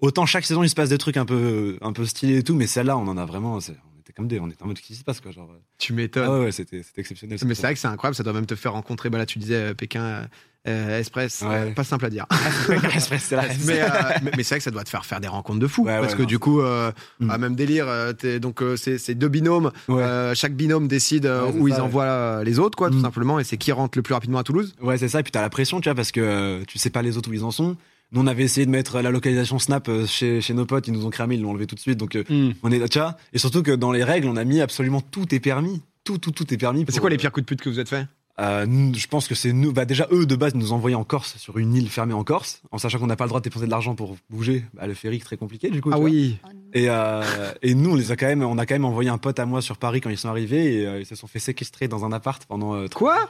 S2: Autant chaque saison, il se passe des trucs un peu, un peu stylés et tout, mais celle-là, on en a vraiment. c'est- on était comme des. On était en mode, qu'est-ce qui se passe, quoi. Genre, euh,
S1: Tu m'étonnes.
S2: ah ouais, ouais, c'était, c'était exceptionnel.
S1: Mais c'est vrai que c'est incroyable, ça doit même te faire rencontrer. Bah là, tu disais euh, Pékin euh, euh, Express,
S2: Ouais.
S1: euh, pas simple à dire.
S2: vrai c'est la
S1: mais euh, mais- mais c'est vrai que ça doit te faire faire des rencontres de fou.
S2: Ouais,
S1: parce
S2: ouais,
S1: que
S2: non,
S1: du coup, euh,
S2: Mm.
S1: ah, même délire, euh, t'es- donc euh, c'est c'est deux binômes.
S2: Ouais.
S1: euh, chaque binôme décide euh,
S2: Ouais, c'est
S1: où
S2: ça,
S1: ils
S2: ouais.
S1: envoient euh, les autres, quoi, tout
S2: Mm.
S1: simplement. Et c'est qui rentre le plus rapidement à Toulouse.
S2: Ouais, c'est ça. Et puis t'as la pression, tu vois, parce que euh, tu sais pas les autres où ils en sont. Nous, on avait essayé de mettre la localisation Snap euh, chez, chez nos potes. Ils nous ont cramé, ils l'ont enlevé tout de suite. Donc, euh,
S3: Hmm.
S2: on est, tu vois. Et surtout que dans les règles, on a mis absolument tout est permis. Tout, tout, tout est permis.
S1: C'est
S2: pour,
S1: quoi les
S2: euh,
S1: pires coups de pute que vous êtes fait
S2: euh, nous- Je pense que c'est nous. Bah, déjà, eux, de base, nous envoyaient en Corse, sur une île fermée en Corse, en sachant qu'on n'a pas le droit de dépenser de l'argent pour bouger. Bah, le ferry, très compliqué, du coup. tu
S1: Ah
S2: vois.
S1: oui.
S2: Et, euh, et nous, on les a quand même, on a quand même envoyé un pote à moi sur Paris quand ils sont arrivés et euh, ils se sont fait séquestrer dans un appart pendant euh,
S1: Quoi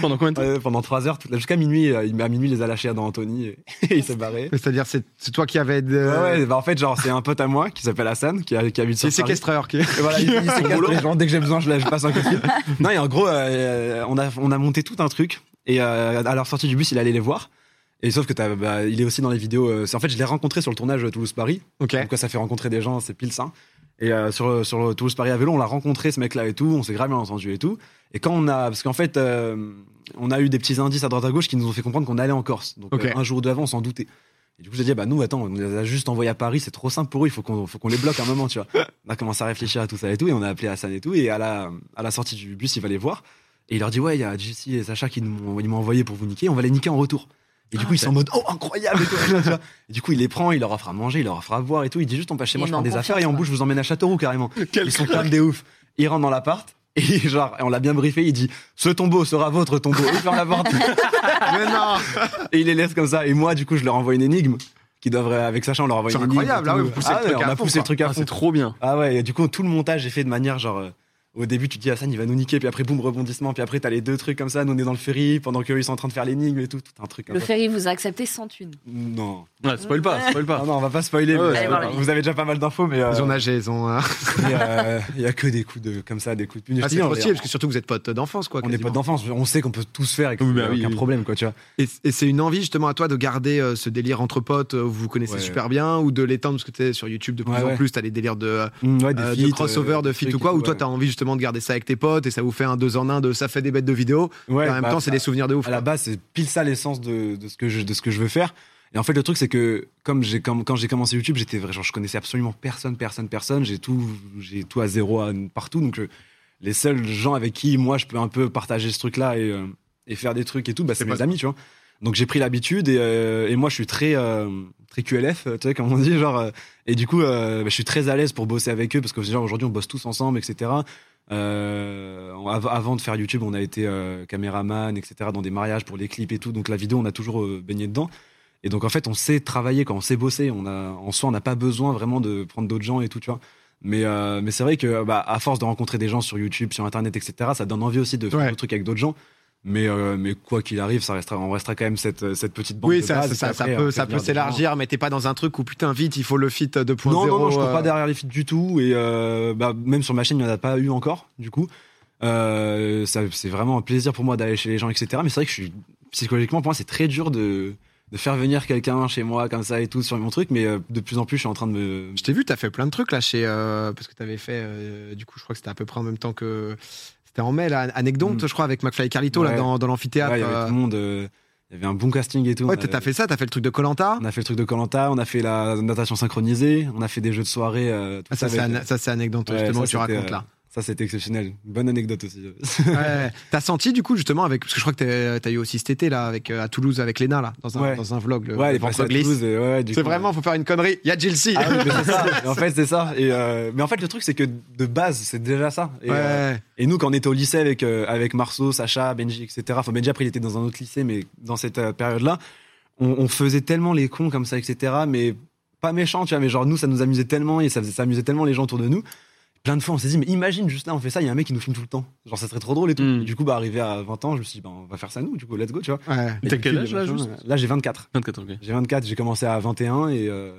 S3: Pendant combien de temps
S2: Ouais, pendant 3 heures, toute la- jusqu'à minuit, euh, il- à minuit, il les a lâchés dans Anthony et, et il s'est barré.
S1: Mais C'est-à-dire, c'est c'est toi qui avais.
S2: Ouais,
S1: de-
S2: ouais, bah en fait, genre, c'est un pote à moi qui s'appelle Hassan, qui, a- qui habite
S1: qui
S2: sur
S1: est
S2: Paris.
S1: séquestreur. Qui...
S2: Et voilà, il, il séquestre
S3: boulot.
S2: les gens. Dès que j'ai besoin, je, la- je passe un coup de fil. Non, et en gros, euh, on, a, on a monté tout un truc. Et euh, à leur sortie du bus, il allait les voir. Et sauf que t'as- bah, il est aussi dans les vidéos. euh, c'est- en fait, je l'ai rencontré sur le tournage euh, Toulouse-Paris.
S1: Ok.
S2: Pourquoi ça fait rencontrer des gens, c'est pile ça. Et euh, sur, le- sur le Toulouse Paris à vélo, on l'a rencontré ce mec-là et tout, on s'est grave bien entendu et tout. Et quand on a, parce qu'en fait, euh, on a eu des petits indices à droite à gauche qui nous ont fait comprendre qu'on allait en Corse. Donc
S1: Ok.
S2: euh, un jour ou deux avant, on s'en doutait. Et du coup, j'ai dit, bah nous, attends, on les a juste envoyés à Paris, c'est trop simple pour eux, il faut qu'on faut qu'on les bloque un moment, tu vois. On a commencé à réfléchir à tout ça et tout, et on a appelé Hassan et tout, et à la, à la sortie du bus, il va les voir. Et il leur dit, ouais, il y a JC et Sacha qui nous- ils m'ont envoyé pour vous niquer, on va les niquer en retour. Et
S1: Ah,
S2: du coup, ils sont en mode, oh, incroyable! et tout, tu vois. Et du coup, il les prend, il leur offre à manger, il leur offre à boire et tout. Il dit juste, on passe chez
S5: Il
S2: moi, je
S5: est
S2: prends
S5: en
S2: des
S5: confiance,
S2: affaires et en
S5: quoi.
S2: bouche, je vous emmène à Châteauroux carrément.
S3: Quel
S2: Ils sont comme des ouf. Il rentre dans l'appart. Et genre, et on l'a bien briefé, il dit Ce tombeau sera votre tombeau, il ferme la porte.
S1: Mais non
S2: et il les laisse comme ça. Et moi, du coup, je leur envoie une énigme. Qui devrait, avec Sacha, on leur envoie
S1: C'est
S2: une énigme.
S1: incroyable, ah ouais, vous poussez le
S2: ouais,
S1: truc à
S2: on a
S1: fond,
S2: poussé
S1: quoi.
S2: le truc à
S3: Ah,
S2: fond.
S3: C'est trop bien.
S2: Ah ouais, et du coup, tout le montage est fait de manière genre. euh, au début, tu te dis, Hassan, il va nous niquer, puis après, boum, rebondissement, puis après, t'as les deux trucs comme ça. Nous, on est dans le ferry pendant qu'eux, ils sont en train de faire l'énigme et tout, tout un truc. un
S5: Le
S2: peu-
S5: ferry vous a accepté sans thune.
S2: Non.
S3: Ouais, spoil pas, spoil
S2: Ah
S3: pas.
S2: non, on va pas spoiler.
S3: Ouais,
S2: mais,
S5: allez
S2: euh,
S5: voir la
S2: vous avez déjà pas mal d'infos, mais euh,
S1: Ils ont nagé, ils ont. euh,
S2: il y a- il y a que des coups de comme ça, des coups de punition.
S1: Ah, c'est trop stylé, parce que surtout vous êtes potes d'enfance, quoi.
S2: on est
S1: quasiment.
S2: pas d'enfance, on sait qu'on peut tout se faire et qu'il
S3: Oui,
S2: n'y
S3: bah
S2: a
S3: oui,
S2: aucun
S3: oui.
S2: problème, quoi, tu vois.
S1: Et, et c'est une envie justement à toi de garder euh, ce délire entre potes, euh, où vous vous connaissez
S2: Ouais.
S1: super bien, ou de l'étendre parce que tu sur YouTube de plus
S2: Ouais,
S1: en
S2: ouais.
S1: plus, t'as les délires de, euh,
S2: Mm, ouais, des
S1: de
S2: feats,
S1: crossover,
S2: euh,
S1: de
S2: des
S1: feat
S2: trucs
S1: ou quoi,
S2: et
S1: ou
S2: tout,
S1: toi
S2: ouais.
S1: t'as envie justement de garder ça avec tes potes et ça vous fait un deux en un de ça fait des bêtes de vidéos.
S2: Ouais,
S1: et en même
S2: bah,
S1: temps, c'est des souvenirs de ouf.
S2: À la base, c'est pile ça l'essence de, de ce que je, de ce que je veux faire. Et en fait, le truc, c'est que comme j'ai comme, quand j'ai commencé YouTube, j'étais vrai- genre, je connaissais absolument personne, personne, personne. J'ai tout, j'ai tout à zéro à- partout. Donc, je- les seuls gens avec qui moi je peux un peu partager ce truc-là et, euh, et faire des trucs et tout, bah, c'est
S1: C'est
S2: mes
S1: pas-
S2: amis, tu vois. Donc j'ai pris l'habitude et, euh, et moi je suis très euh, très QLF, euh, tu sais comme on dit genre euh, et du coup euh, bah, je suis très à l'aise pour bosser avec eux parce que genre aujourd'hui on bosse tous ensemble etc. Euh, on- av- avant de faire YouTube, on a été euh, caméraman, etc., dans des mariages pour les clips et tout. Donc la vidéo, on a toujours euh, baigné dedans. Et donc en fait, on sait travailler quand on sait bosser. On a, en soi, on n'a pas besoin vraiment de prendre d'autres gens et tout, tu vois. Mais, euh, mais c'est vrai que bah, à force de rencontrer des gens sur YouTube, sur Internet, etc., ça donne envie aussi de faire
S1: Ouais.
S2: des trucs avec d'autres gens. Mais, euh, mais quoi qu'il arrive, ça restera, on restera quand même cette, cette petite bande
S1: oui,
S2: de
S1: ça, ça,
S2: base. Et
S1: ça, ça
S2: après, hein,
S1: peut,
S2: après,
S1: ça
S2: venir
S1: peut
S2: des gens-
S1: s'élargir, mais t'es pas dans un truc où putain vite il faut le fit 2.0.
S2: non, non, non, je cours
S1: euh,
S2: pas derrière les feats du tout. Et euh, bah, même sur ma chaîne, il n'y en a pas eu encore, du coup. Euh, ça- c'est vraiment un plaisir pour moi d'aller chez les gens, etc. Mais c'est vrai que je suis, psychologiquement, pour moi, c'est très dur de, de faire venir quelqu'un chez moi, comme ça et tout, sur mon truc. Mais euh, de plus en plus, je suis en train de me.
S1: Je t'ai vu, t'as fait plein de trucs là chez. euh, parce que t'avais fait, euh, du coup, je crois que c'était à peu près en même temps que. C'était en mai, là, anecdote,
S2: Mm.
S1: je crois, avec McFly et Carlito, là,
S2: Ouais.
S1: dans, dans l'amphithéâtre.
S2: Ouais, il y avait
S1: euh.
S2: tout le monde. euh, il y avait un bon casting et tout.
S1: Ouais,
S2: On a-
S1: t'as fait ça, t'as fait le truc de Colanta.
S2: On a fait le truc de Colanta, on a fait la natation synchronisée, on a fait des jeux de soirée. euh, tout
S1: Ah, ça,
S2: ça
S1: c'est
S2: avec-
S1: an- ça, c'est anecdote
S2: Ouais,
S1: justement
S2: ça,
S1: que tu
S2: c'était,
S1: racontes
S2: euh,
S1: là. Euh,
S2: Ça, Ça, c'était exceptionnel. Bonne anecdote aussi.
S1: Ouais. T'as senti du coup justement avec parce que je crois que t'es- t'as eu aussi cet été là avec euh, à Toulouse avec Léna là dans un
S2: Ouais.
S1: dans un vlog. le-
S2: ouais,
S1: le
S2: les passé à
S1: ventre glisse.
S2: Toulouse. et ouais, ouais, du
S1: C'est
S2: coup,
S1: vraiment faut faire une connerie. Il y a Jilcy.
S2: Ah oui, mais c'est ça. Mais en fait, c'est ça. Et, euh, mais en fait, le truc, c'est que de base, c'est déjà ça. Et, euh,
S1: ouais.
S2: et nous, quand on était au lycée avec, euh, avec Marceau, Sacha, Benji, etc., enfin, Benji, après, il était dans un autre lycée, mais dans cette euh, période-là, on, on faisait tellement les cons comme ça, etc., mais pas méchant, tu vois, mais genre, nous, ça nous amusait tellement et ça, faisait- ça amusait tellement les gens autour de nous. Plein de fois, on s'est dit, mais imagine, juste là, on fait ça, il y a un mec qui nous filme tout le temps. Genre, ça serait trop drôle et tout.
S3: Mm.
S2: Et du coup, bah, arrivé à 20 ans, je me suis dit, bah, on va faire ça nous, du coup, let's go, tu vois.
S1: Ouais.
S2: Et
S3: T'as
S2: du
S3: quel
S2: coup,
S3: âge,
S2: le
S3: là,
S2: machin,
S3: juste
S2: euh, Là, j'ai 24.
S3: 24 ok.
S2: J'ai 24, j'ai commencé à 21 et, euh,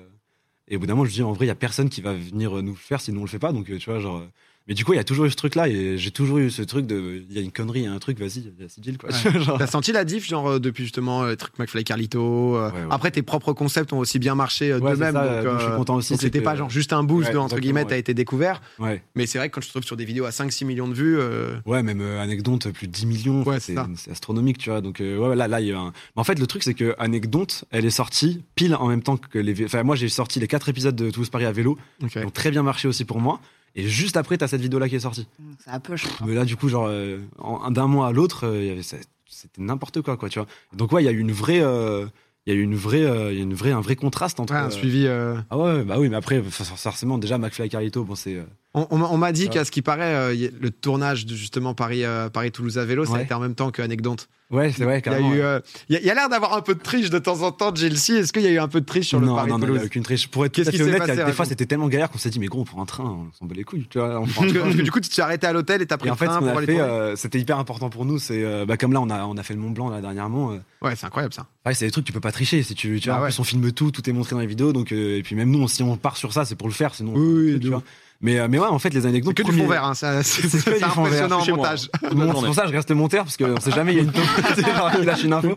S2: et au bout d'un moment, je me dis en vrai, il y a personne qui va venir euh, nous le faire sinon on le fait pas. Donc euh, tu vois, genre. euh, Mais du coup, il y a toujours eu ce truc-là et j'ai toujours eu ce truc de. Il y a une connerie, il y a un truc, vas-y, il y a Sigil quoi. tu vois, genre.
S1: T'as senti la diff, genre, euh, depuis justement euh, le truc McFly Carlito euh,
S2: Ouais, ouais.
S1: Après, tes propres concepts ont aussi bien marché euh,
S2: Ouais, c'est
S1: d'eux-mêmes.
S2: ça,
S1: donc,
S2: euh, donc je suis
S1: euh,
S2: content aussi.
S1: donc
S2: c'est
S1: c'était
S2: que-
S1: pas genre juste un boost,
S2: Ouais,
S1: de, entre
S2: exactement,
S1: guillemets, t'as
S2: ouais.
S1: été découvert.
S2: Ouais,
S1: Mais c'est vrai que quand je te trouve sur des vidéos à 5-6 millions de vues, euh,
S2: ouais même euh, anecdote, plus de 10 millions,
S1: Ouais, c'est
S2: c'est
S1: ça.
S2: c'est astronomique, tu vois. Donc euh, ouais, là, là, il y a un- Mais en fait, le truc, c'est que anecdote, elle est sortie pile en même temps que les. vé- Enfin, moi, j'ai sorti les 4 épisodes de Toulouse Paris à vélo, qui ont très bien marché aussi pour moi. Et juste après, t'as cette vidéo-là qui est sortie.
S5: Ça a peu changé.
S2: Mais là, du coup, genre, euh, en- d'un mois à l'autre, euh, il y avait ça- c'était n'importe quoi, quoi, tu vois. Donc, ouais, il y a eu une vraie. euh, Il y a eu une vraie, euh, il y a une vraie, un vrai contraste entre.
S1: ouais, un
S2: euh,
S1: suivi. euh,
S2: Ah ouais, ouais, bah oui, mais après, for- for- forcément, déjà, McFly et Carlito, bon, c'est. euh,
S1: On, on m'a- on m'a dit
S2: Ouais.
S1: qu'à ce qui paraît, euh, y- le tournage de justement Paris, euh, Paris-Toulouse à vélo, ça a
S2: Ouais.
S1: été en même temps que Anecdote.
S2: Ouais, c'est
S1: Il
S2: vrai,
S1: y a
S2: carrément.
S1: eu,
S2: ouais.
S1: euh, il y a- il y a l'air d'avoir un peu de triche de temps en temps, Jilcy. Est-ce qu'il y a eu un peu de triche sur
S2: non,
S1: le
S2: non, non, il y a
S1: Paris-Toulouse
S2: aucune triche. Pour être
S1: Qu'est-ce
S2: tout à
S1: qui
S2: fait
S1: s'est
S2: honnête,
S1: passé,
S2: il y a- des
S1: raconte.
S2: fois, c'était tellement galère qu'on s'est dit, mais gros, on prend un train, on s'en bat les couilles, tu vois. On prend un
S1: Parce que,
S2: train.
S1: parce que du coup, tu t'es arrêté à l'hôtel et t'as pris
S2: Et en
S1: le
S2: fait, ce
S1: train
S2: qu'on
S1: pour
S2: a
S1: aller
S2: fait,
S1: tourner.
S2: euh, c'était hyper important pour nous. C'est euh, bah, comme là, on a, on a fait le Mont Blanc là dernièrement. euh,
S1: Ouais, c'est incroyable ça.
S2: Ouais, c'est des trucs, tu peux pas tricher. Si tu, tu vois,
S1: Ah
S2: en
S1: ouais.
S2: plus, on filme tout, tout est montré dans les vidéos. Donc, euh, et puis, même nous, on- si on part sur ça, c'est pour le faire. Sinon,
S1: Oui, oui,
S2: tu
S1: de
S2: vois. Mais, euh, mais ouais, en fait, les
S1: C'est
S2: anecdotes.
S1: que du
S2: premier-
S1: fond vert, hein, ça- c'est
S2: C'est que
S1: c'est
S2: du fond vert,
S1: impressionnant en
S3: chez moi.
S1: montage.
S2: Bon,
S3: La
S2: c'est
S3: journée.
S2: pour ça que je reste le monteur parce qu'on sait jamais, il y a une tombe. lâche une info.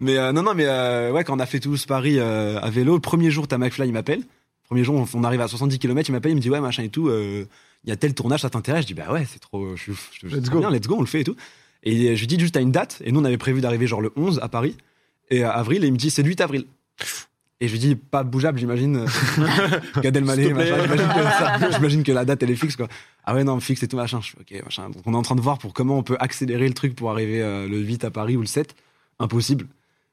S2: mais euh, non, non, mais euh, ouais, quand on a fait Toulouse-Paris euh, à vélo, le premier jour, t'as McFly, il m'appelle. Premier jour, on, on arrive à 70 km, il m'appelle, il me dit ouais, machin et tout. euh, Il y a tel tournage, ça t'intéresse Je dis bah ouais, c'est trop. Je, suis- je, je-
S1: Let's
S2: trop
S1: go.
S2: bien, let's go, on le fait et tout. Et euh, je lui dis juste, t'as une date. Et nous, on avait prévu d'arriver genre le 11 à Paris. Et à avril, et il me dit c'est le 8 avril. Et je lui dis, pas bougeable, j'imagine. euh, Gad Elmaleh,
S3: S'il te plaît.
S2: machin, j'imagine que, ça- j'imagine que la date, elle est fixe, quoi. Ah ouais, non, fixe et tout, machin. Je fais, ok, machin. Donc, on est en train de voir pour comment on peut accélérer le truc pour arriver euh, le 8 à Paris ou le 7. Impossible.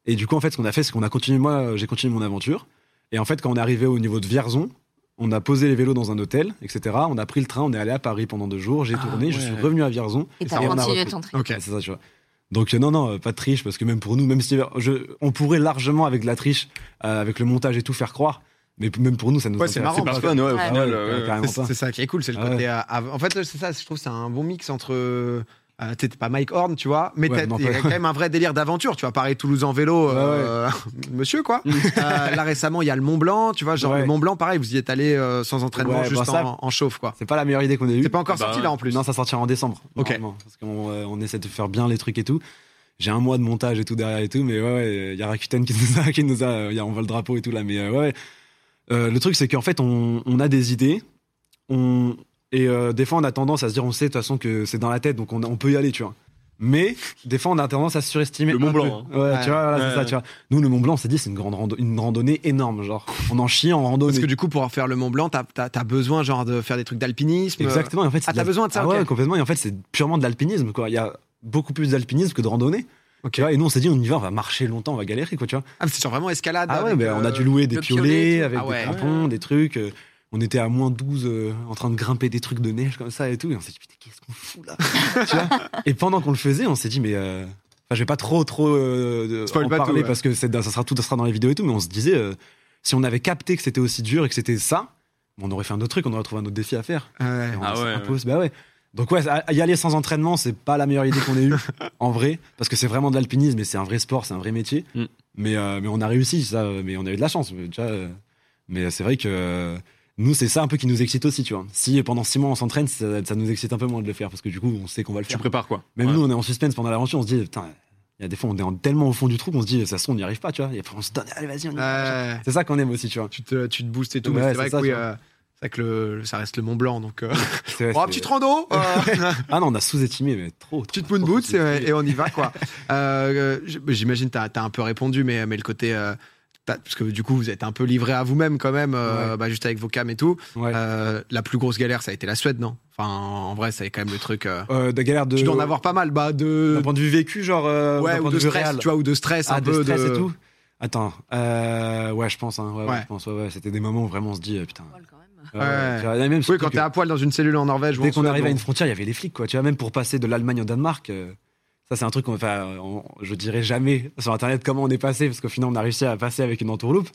S2: Et du coup, en fait, ce qu'on a fait, c'est qu'on a continué, moi, euh, j'ai continué mon aventure. Et en fait, quand on est arrivé au niveau de Vierzon, on a posé les vélos dans un hôtel, etc. On a pris le train, on est allé à Paris pendant deux jours, j'ai
S3: Ah
S2: tourné, je
S3: ouais.
S2: suis revenu à Vierzon.
S5: Et
S1: ça,
S5: t'as
S1: on a
S5: continué
S2: repris.
S5: ton truc.
S1: Ok.
S2: Ouais, c'est ça, tu vois. Donc euh, non, non, euh, pas de triche, parce que même pour nous, même si euh, je- on pourrait largement avec de la triche, euh, avec le montage et tout, faire croire, mais p- même pour nous, ça nous
S1: Ouais, c'est
S2: intéresse
S1: marrant, parce
S2: pas, quoi.
S3: ouais, au
S5: Ouais.
S3: final,
S2: Ouais,
S3: euh, ouais.
S2: carrément
S1: C'est
S2: pas.
S1: c'est ça qui est cool, c'est le
S2: Ah
S1: côté. à- à- en fait, là, c'est ça, je trouve, que c'est un bon mix entre. euh, euh, t'es pas Mike Horn, tu vois, mais
S2: Ouais,
S1: t'as-
S2: non,
S1: il y a
S2: pas-
S1: quand même un vrai délire d'aventure. Tu vois, pareil, Toulouse en vélo, euh, monsieur, quoi. Euh, là, récemment, il y a le Mont Blanc, tu vois, genre
S2: Mm. Ouais.
S1: le Mont Blanc, pareil, vous y êtes allé euh, sans entraînement,
S2: Ouais,
S1: juste
S2: bah, ça-
S1: en, en chauffe, quoi.
S2: C'est pas la meilleure idée qu'on ait eue.
S1: C'est pas encore
S3: Bah,
S1: sorti,
S3: ouais.
S1: là, en plus.
S2: Non, ça sortira en décembre.
S1: Ok.
S2: normalement, Parce qu'on euh, on essaie de faire bien les trucs et tout. J'ai un mois de montage et tout derrière et tout, mais ouais, ouais, il y a Rakuten qui nous a, qui nous a, euh, y a- on voit le drapeau et tout là, mais euh, ouais. ouais. Euh, le truc, c'est qu'en fait, on, on a des idées, on, et euh, des fois, on a tendance à se dire, on sait de toute façon que c'est dans la tête, donc on, on peut y aller, tu vois. Mais des fois, on a tendance à se surestimer.
S3: Le Mont
S2: un peu.
S3: Blanc,
S2: Ouais,
S3: hein.
S1: Ouais.
S2: tu vois, voilà,
S3: Ouais.
S2: c'est ça, tu vois. Nous, le Mont Blanc, on s'est dit, c'est une grande rando- une randonnée énorme, genre. On en chie en randonnée.
S1: Parce que du coup, pour faire le Mont Blanc, t'as t'as- t'as besoin, genre, de faire des trucs d'alpinisme.
S2: Exactement. et En fait, c'est
S1: Ah, t'as
S2: la-
S1: besoin de ça,
S2: Ah
S1: ok.
S2: ouais, complètement. Et en fait, c'est purement de l'alpinisme, quoi. Il y a beaucoup plus d'alpinisme que de randonnée.
S1: Ok.
S2: Tu vois, et nous, on s'est dit, on y va, on va marcher longtemps, on va galérer, quoi, tu vois.
S1: Ah, mais c'est genre vraiment escalade.
S2: Ah ouais,
S1: avec,
S2: ben, on a
S1: euh,
S2: dû louer des
S5: le
S2: piolets,
S5: piolet et tout.
S2: avec
S1: Ah
S2: des
S1: ouais.
S2: crampons, des trucs. euh, on était à moins 12 euh, en train de grimper des trucs de neige comme ça et tout. Et on s'est dit, putain, qu'est-ce qu'on fout là Tu vois Et pendant qu'on le faisait, on s'est dit, mais. euh, Enfin, je vais pas trop, trop euh, de-
S1: Spoil
S2: en
S1: pas tout,
S2: parler
S1: ouais.
S2: parce que c'est- ça sera tout ça sera dans les vidéos et tout, mais on se disait, euh, si on avait capté que c'était aussi dur et que c'était ça, on aurait fait un autre truc, on aurait trouvé un autre défi à faire.
S1: ouais.
S2: Et on-
S3: Ah
S2: c'est
S3: ouais,
S2: impossible. Bah ouais. Donc ouais, à- y aller sans entraînement, c'est pas la meilleure idée qu'on ait eue en vrai, parce que c'est vraiment de l'alpinisme et c'est un vrai sport, c'est un vrai métier.
S3: Mm.
S2: Mais euh, mais on a réussi ça, euh, mais on a eu de la chance. Mais, tu vois, euh, mais c'est vrai que euh, nous c'est ça un peu qui nous excite aussi, tu vois. Si pendant six mois on s'entraîne, ça, ça nous excite un peu moins de le faire parce que du coup on sait qu'on va le
S3: Tu
S2: faire.
S3: prépares quoi
S2: Même
S3: Ouais.
S2: nous on est en suspense pendant l'aventure, on se dit putain, il y a des fois on est en- tellement au fond du trou qu'on se dit ça se trouve on n'y arrive pas, tu vois. Et après on se donne allez vas-y on y va.
S3: Euh.
S1: Ouais.
S2: C'est ça qu'on aime aussi, tu
S3: Oh,
S2: vois.
S1: tu te, tu te boostes et tout.
S2: Ouais,
S1: mais c'est
S2: c'est
S1: vrai
S2: ça,
S1: que oui,
S2: tu vois.
S1: euh, c'est vrai que le, ça reste le Mont Blanc. Donc, euh,
S2: C'est-
S1: bon, un
S2: c'est-
S1: petit rando, euh,
S2: Ah non on a sous-estimé mais trop. trop,
S1: petite
S2: trop
S1: moon boot
S2: sous-estimé.
S1: bah, et on y va quoi. Euh, euh, j- J'imagine t'as as un peu répondu, mais mais le côté euh, t'as- parce que du coup, vous êtes un peu livré à vous-même quand même, euh,
S2: Ouais.
S1: bah, juste avec vos cams et tout.
S2: Ouais.
S1: Euh, la plus grosse galère, ça a été la Suède, non Enfin, en vrai, ça a été quand même le truc. euh,
S2: Euh, de galère de.
S1: Tu dois en avoir pas mal, bah, de.
S2: D'un point de vue vécu, genre. euh,
S1: Ouais,
S2: d'un
S1: ou
S2: point
S1: de
S2: vue
S1: stress,
S2: réel.
S1: tu vois, ou de stress
S2: Ah,
S1: un
S2: de
S1: peu.
S2: stress et tout Attends, euh, ouais, je pense, hein, ouais, ouais,
S1: Ouais.
S2: je pense, ouais, ouais, c'était des moments où vraiment on se dit, euh, putain. euh,
S1: Ouais.
S2: tu vois, et même
S1: Oui,
S2: surtout
S1: quand
S2: que
S1: t'es à poil dans une cellule en Norvège, ou
S2: dès
S1: en
S2: qu'on
S1: Suède,
S2: arrive à
S1: bon.
S2: une frontière, il y avait les flics, quoi. Tu vois, même pour passer de l'Allemagne au Danemark, euh, ça, c'est un truc qu'on enfin, on- je dirais jamais sur Internet comment on est passé, parce qu'au final, on a réussi à passer avec une entourloupe.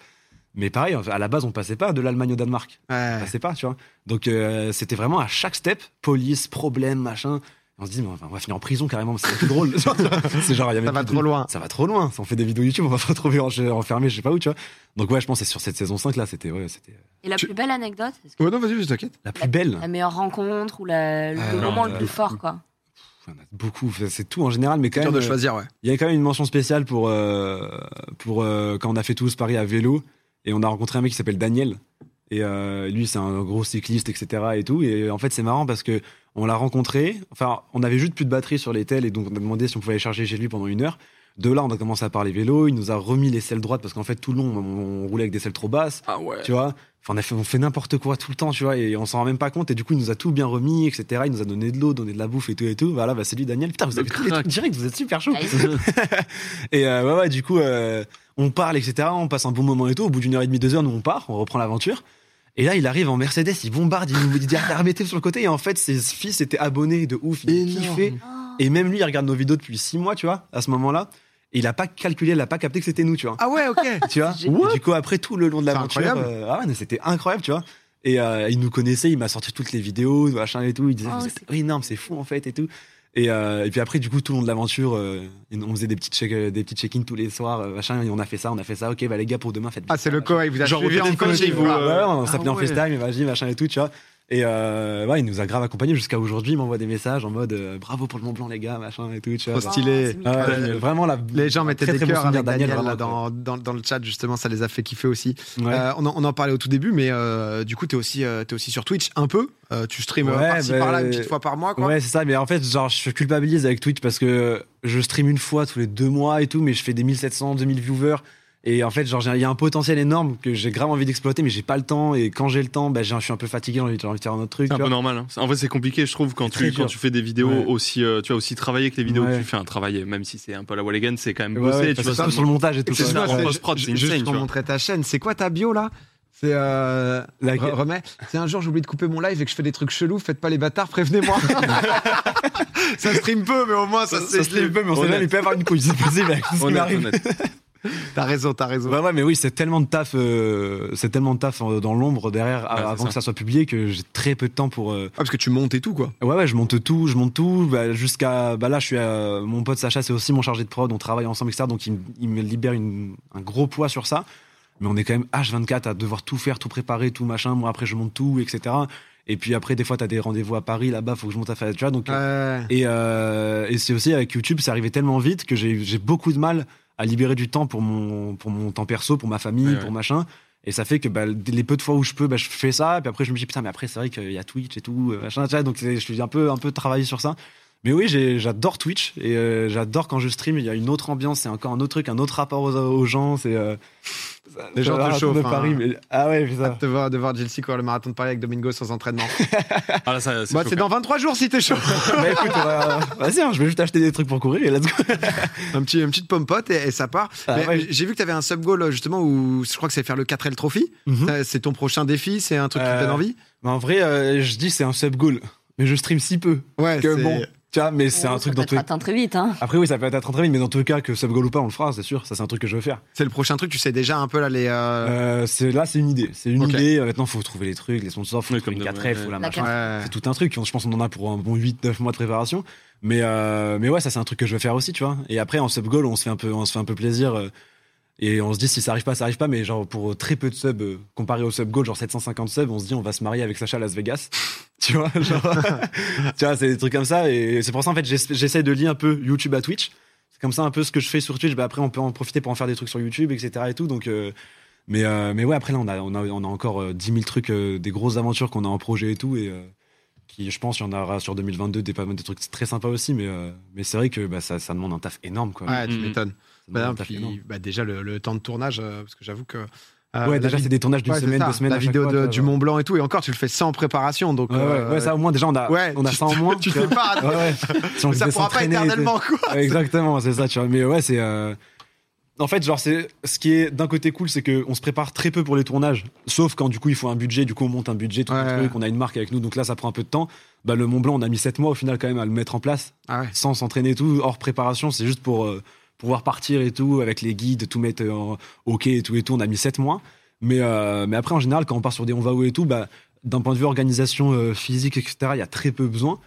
S2: Mais pareil, en fait, à la base, on passait pas de l'Allemagne au Danemark.
S1: Ouais.
S2: On passait pas, tu vois. Donc, euh, c'était vraiment à chaque step, police, problème, machin. On se dit, mais enfin, on va finir en prison carrément, c'est plus drôle. c'est genre, il y a même
S1: Ça va
S2: plus de-
S1: trop loin.
S2: ça va trop loin. Si on fait des vidéos YouTube, on va se retrouver en- enfermé, je sais pas où, tu vois. Donc ouais, je pense que c'est sur cette saison 5 là, c'était ouais, c'était
S5: Et la
S1: Tu-
S5: plus belle anecdote est-ce que
S1: Ouais, non, vas-y, vas-y, t'inquiète.
S2: la plus belle.
S5: La meilleure rencontre ou la- le
S2: Euh,
S5: moment
S2: non,
S5: le plus
S2: euh,
S5: fort, quoi.
S2: Pff, Il y en a beaucoup, Enfin, c'est tout en général, mais quand
S1: Dur
S2: même,
S1: de
S2: euh,
S1: choisir, ouais.
S2: il y a quand même une mention spéciale pour euh, pour euh, quand on a fait tous Paris à vélo et on a rencontré un mec qui s'appelle Daniel. Et euh, lui, c'est un gros cycliste, etc. Et tout. Et en fait, c'est marrant parce que on l'a rencontré. Enfin, on avait juste plus de batterie sur les tels et donc on a demandé si on pouvait aller charger chez lui pendant une heure. De là, on a commencé à parler vélo. Il nous a remis les selles droites parce qu'en fait, tout le long, on- on roulait avec des selles trop basses.
S3: Ah ouais.
S2: tu vois. Enfin, on, a fait, on fait n'importe quoi tout le temps, tu vois, et on s'en rend même pas compte. Et du coup, il nous a tout bien remis, etc. Il nous a donné de l'eau, donné de la bouffe et tout et tout. Voilà, bah, c'est lui, Daniel. Putain, vous
S3: Le
S2: avez tous les
S3: crack.
S2: trucs directs, vous êtes super chaud.
S5: Nice.
S2: et euh, ouais, ouais, du coup, euh, on parle, etc. On passe un bon moment et tout. Au bout d'une heure et demie, deux heures, nous, on part, on reprend l'aventure. Et là, il arrive en Mercedes, il bombarde, il nous dit ah, remettez sur le côté. Et en fait, ses fils étaient abonnés de ouf, il kiffait.
S5: Oh.
S2: Et même lui, il regarde nos vidéos depuis six mois, tu vois, à ce moment-là. Et il a pas calculé, il a pas capté que c'était nous, tu vois
S1: Ah ouais, ok.
S2: tu vois.
S5: C'est génial.
S2: Et Du coup, après tout le long de
S1: C'est
S2: l'aventure,
S1: incroyable.
S2: euh, ah ouais, mais c'était incroyable, tu vois. Et euh, il nous connaissait, il m'a sorti toutes les vidéos, machin et tout. Il disait,
S5: Oh,
S2: vous êtes
S5: c'est
S2: énorme, c'est fou en fait et tout. Et, euh, et puis après, du coup, tout le long de l'aventure, euh, on faisait des petits check, euh, des petits check-in tous les soirs, euh, machin. Et on a fait ça, on a fait ça. Ok, bah les gars, pour demain, faites.
S1: Ah, c'est le
S2: coach
S1: coach, il vous a
S3: Genre,
S1: suivi
S3: au
S1: en
S3: téléphone,
S1: coaching.
S3: vous,
S1: quoi.
S3: euh,
S2: Ouais, ouais, on
S3: Ah
S2: s'appelait en
S3: ouais.
S2: FaceTime, imagine, machin et tout, tu vois. Et euh, ouais, il nous a grave accompagnés jusqu'à aujourd'hui. Il m'envoie des messages en mode euh, bravo pour le Mont Blanc, les gars, machin et tout, tu vois.
S1: Trop
S2: Bah,
S1: stylé.
S5: Ah, c'est mignon.
S2: ouais,
S1: Daniel.
S2: vraiment, la,
S1: Les gens mettaient
S2: très,
S1: des
S2: très bon
S1: cœurs
S2: souvenir, hein,
S1: avec Daniel,
S2: vraiment,
S1: là, dans,
S2: quoi.
S1: dans, dans le chat, justement, ça les a fait kiffer aussi.
S2: Ouais.
S1: Euh, on, en, on en parlait au tout début, mais euh, du coup, t'es aussi, euh, t'es aussi sur Twitch un peu. Euh, tu streames euh,
S2: Ouais,
S1: par-ci,
S2: bah,
S1: par-là, une petite fois par mois, quoi.
S2: Ouais, c'est ça, mais en fait, genre, je culpabilise avec Twitch parce que je stream une fois tous les deux mois et tout, mais je fais des 1700, 2000 viewers. Et en fait, genre, j'ai- il y a un potentiel énorme que j'ai grave envie d'exploiter, mais j'ai pas le temps. Et quand j'ai le temps, bah, j'ai- je suis un peu fatigué, j'ai envie j'ai envie de faire un autre truc.
S3: C'est un
S2: tu
S3: peu
S2: vois.
S3: normal. hein. En vrai, c'est compliqué, je trouve, quand
S2: C'est très
S3: tu, quand
S2: dur.
S3: tu fais des vidéos
S2: Ouais.
S3: aussi. euh, tu as aussi travaillé que les vidéos que
S2: Ouais.
S3: tu fais. Un travail, même si c'est un peu la wall again, c'est quand même
S2: Ouais,
S3: bossé.
S2: ouais,
S3: tu
S2: parce
S3: vois,
S2: que
S3: ça-
S2: sur le montage et tout.
S3: c'est
S2: ça.
S3: ça,
S2: Ouais.
S3: en
S1: Euh, c'est-
S3: post-prod, c'est
S1: Juste
S3: insane,
S1: pour
S3: tu vois.
S1: montrer ta chaîne, c'est quoi ta bio là C'est euh,
S2: Laquelle
S1: re- remets. C'est un jour j'oublie de couper mon live et que je fais des trucs chelous. Faites pas les bâtards, prévenez-moi. ça stream peu, mais au moins ça,
S2: Ça,
S1: se
S2: ça se lève peu, mais on sait
S3: Honnête.
S2: jamais, il peut y avoir une couille, c'est possible avec tout ce qui
S3: Honnête,
S2: m'arrive.
S3: honnête.
S1: T'as raison, t'as raison.
S2: Ouais, ouais, mais oui, c'est tellement de taf, euh, c'est tellement de taf euh, dans l'ombre derrière
S3: Ouais, c'est
S2: avant
S3: ça.
S2: que ça soit publié que j'ai très peu de temps pour. euh,
S1: Ah, parce que tu montes et tout quoi.
S2: Ouais, ouais, je monte tout, je monte tout. bah, Jusqu'à. Bah, là, je suis. à- mon pote Sacha, c'est aussi mon chargé de prod, on travaille ensemble, etc. Donc, il, m- il me libère une- un gros poids sur ça. Mais on est quand même H24 à devoir tout faire, tout préparer, tout machin. Moi, après, je monte tout, etc. Et puis après, des fois, t'as des rendez-vous à Paris, là-bas, faut que je monte à faire. Tu vois, donc.
S1: Ouais.
S2: Et, euh, et c'est aussi avec YouTube, c'est arrivé tellement vite que j'ai j'ai beaucoup de mal à libérer du temps pour mon, pour mon temps perso, pour ma famille,
S3: Ouais, ouais.
S2: pour machin. Et ça fait que bah, les peu de fois où je peux, bah, je fais ça. Puis après, je me dis putain, mais après, c'est vrai qu'il y a Twitch et tout, euh, machin, tu vois. Donc, c'est- je suis un peu, un peu travaillé sur ça. Mais oui, j'ai- j'adore Twitch et euh, j'adore quand je stream. Il y a une autre ambiance, c'est encore un autre truc, un autre rapport aux, aux gens. C'est euh,
S1: Les gens te
S2: le marathon
S1: chauffent,
S2: de
S1: hein.
S2: Paris, mais- Ah ouais, c'est ça.
S1: Hâte de voir, de voir Chelsea courir le marathon de Paris avec Domingo sans entraînement.
S3: Ah, là, ça, c'est
S1: Bah,
S3: chaud,
S1: c'est
S3: quand
S1: dans 23 jours si t'es chaud.
S2: Bah, écoute, on va- vas-y, hein, je vais juste acheter des trucs pour courir et let's go.
S1: un petit, une petite pompote et, et ça part.
S2: Ah
S1: Mais
S2: ouais.
S1: J'ai vu que t'avais un sub goal justement où je crois que c'est faire le 4L Trophy.
S2: Mhm.
S1: Ça, C'est ton prochain défi, c'est un truc qui
S2: Euh,
S1: te donne envie.
S2: Mais en vrai, euh, je dis c'est un sub goal, mais je stream si peu
S1: Ouais,
S2: que
S1: c'est-
S2: bon, tu vois. Mais c'est
S5: Oh,
S2: un
S5: ça
S2: truc
S5: peut
S2: dans
S5: être
S2: tous les.
S5: atteint très vite, hein.
S2: Après oui, ça peut être à 30 000, mais dans tous les cas, que sub goal ou pas, on le fera, c'est sûr. Ça c'est un truc que je veux faire.
S1: C'est le prochain truc, tu sais déjà un peu là les. euh,
S2: Euh, c'est là, c'est une idée. C'est une
S1: Ok.
S2: idée. Euh, Maintenant, faut trouver les trucs, les sponsors, faut
S3: Oui,
S2: trouver
S3: comme
S2: une
S3: de-
S2: 4F,
S3: ouais.
S2: faut la
S5: La
S2: machin.
S1: ouais.
S2: C'est tout un truc. Je pense qu'on en a pour un bon 8-9 mois de préparation. Mais, euh, mais ouais, ça, c'est un truc que je veux faire aussi, tu vois. Et après, en sub goal, on se fait un peu, on se fait un peu plaisir. euh, et on se dit, si ça arrive pas, ça arrive pas. Mais genre, pour très peu de subs, euh, comparé au sub goal, genre 750 subs, on se dit, on va se marier avec Sacha à Las Vegas. tu vois, genre, tu vois, c'est des trucs comme ça. Et c'est pour ça, en fait, j'ess- j'essaie de lier un peu YouTube à Twitch. C'est comme ça un peu ce que je fais sur Twitch. Bah, après, on peut en profiter pour en faire des trucs sur YouTube, etc. et tout. Donc, euh, mais, euh, mais ouais, après, là, on a, on a, on a encore euh, 10 000 trucs, euh, des grosses aventures qu'on a en projet et tout. Et euh, qui, je pense, il y en aura sur 2022 des, pas mal de trucs très sympas aussi. Mais, euh, mais c'est vrai que bah, ça, ça demande un taf énorme, quoi.
S1: Ouais, tu
S3: Mhm.
S1: m'étonnes.
S2: Ça
S1: Bah,
S2: Non, t'as
S1: puis,
S2: fait, non.
S1: bah, déjà, le, le temps de tournage, euh, parce que j'avoue que. euh, la
S2: ouais, déjà,
S1: vid-
S2: c'est des tournages d'une
S1: ouais, c'est
S2: semaine,
S1: ça,
S2: deux semaines.
S1: La
S2: à chaque
S1: vidéo
S2: fois,
S1: de-
S2: tu vois,
S1: du
S2: genre.
S1: Mont Blanc et tout, et encore, tu le fais sans préparation. Donc,
S2: Ouais, ouais,
S1: euh,
S2: ouais, ça au moins déjà on a,
S1: ouais,
S2: on a
S1: tu-
S2: ça en moins.
S1: tu
S2: tu
S1: fais
S2: vois.
S1: pas.
S2: Ouais, ouais. Si on
S1: Mais ça
S2: devait
S1: pourra pas
S2: s'entraîner et tout.
S1: éternellement, quoi.
S2: Ouais, Exactement, c'est ça, tu vois. Mais ouais, c'est. euh, En fait, genre, c'est ce qui est d'un côté cool, c'est qu'on se prépare très peu pour les tournages, sauf quand du coup il faut un budget, du coup on monte un budget, tout le
S1: Ouais.
S2: truc, on a une marque avec nous, donc là ça prend un peu de temps. Bah, le Mont Blanc, on a mis 7 mois au final quand même à le mettre en place,
S1: Ah ouais.
S2: sans s'entraîner et tout, hors préparation, c'est juste pour euh, pouvoir partir et tout, avec les guides, tout mettre euh, en OK et tout et tout, on a mis 7 mois. Mais, euh, mais après, en général, quand on part sur des on va où et tout, bah, d'un point de vue organisation euh, physique, etc., il y a très peu besoin.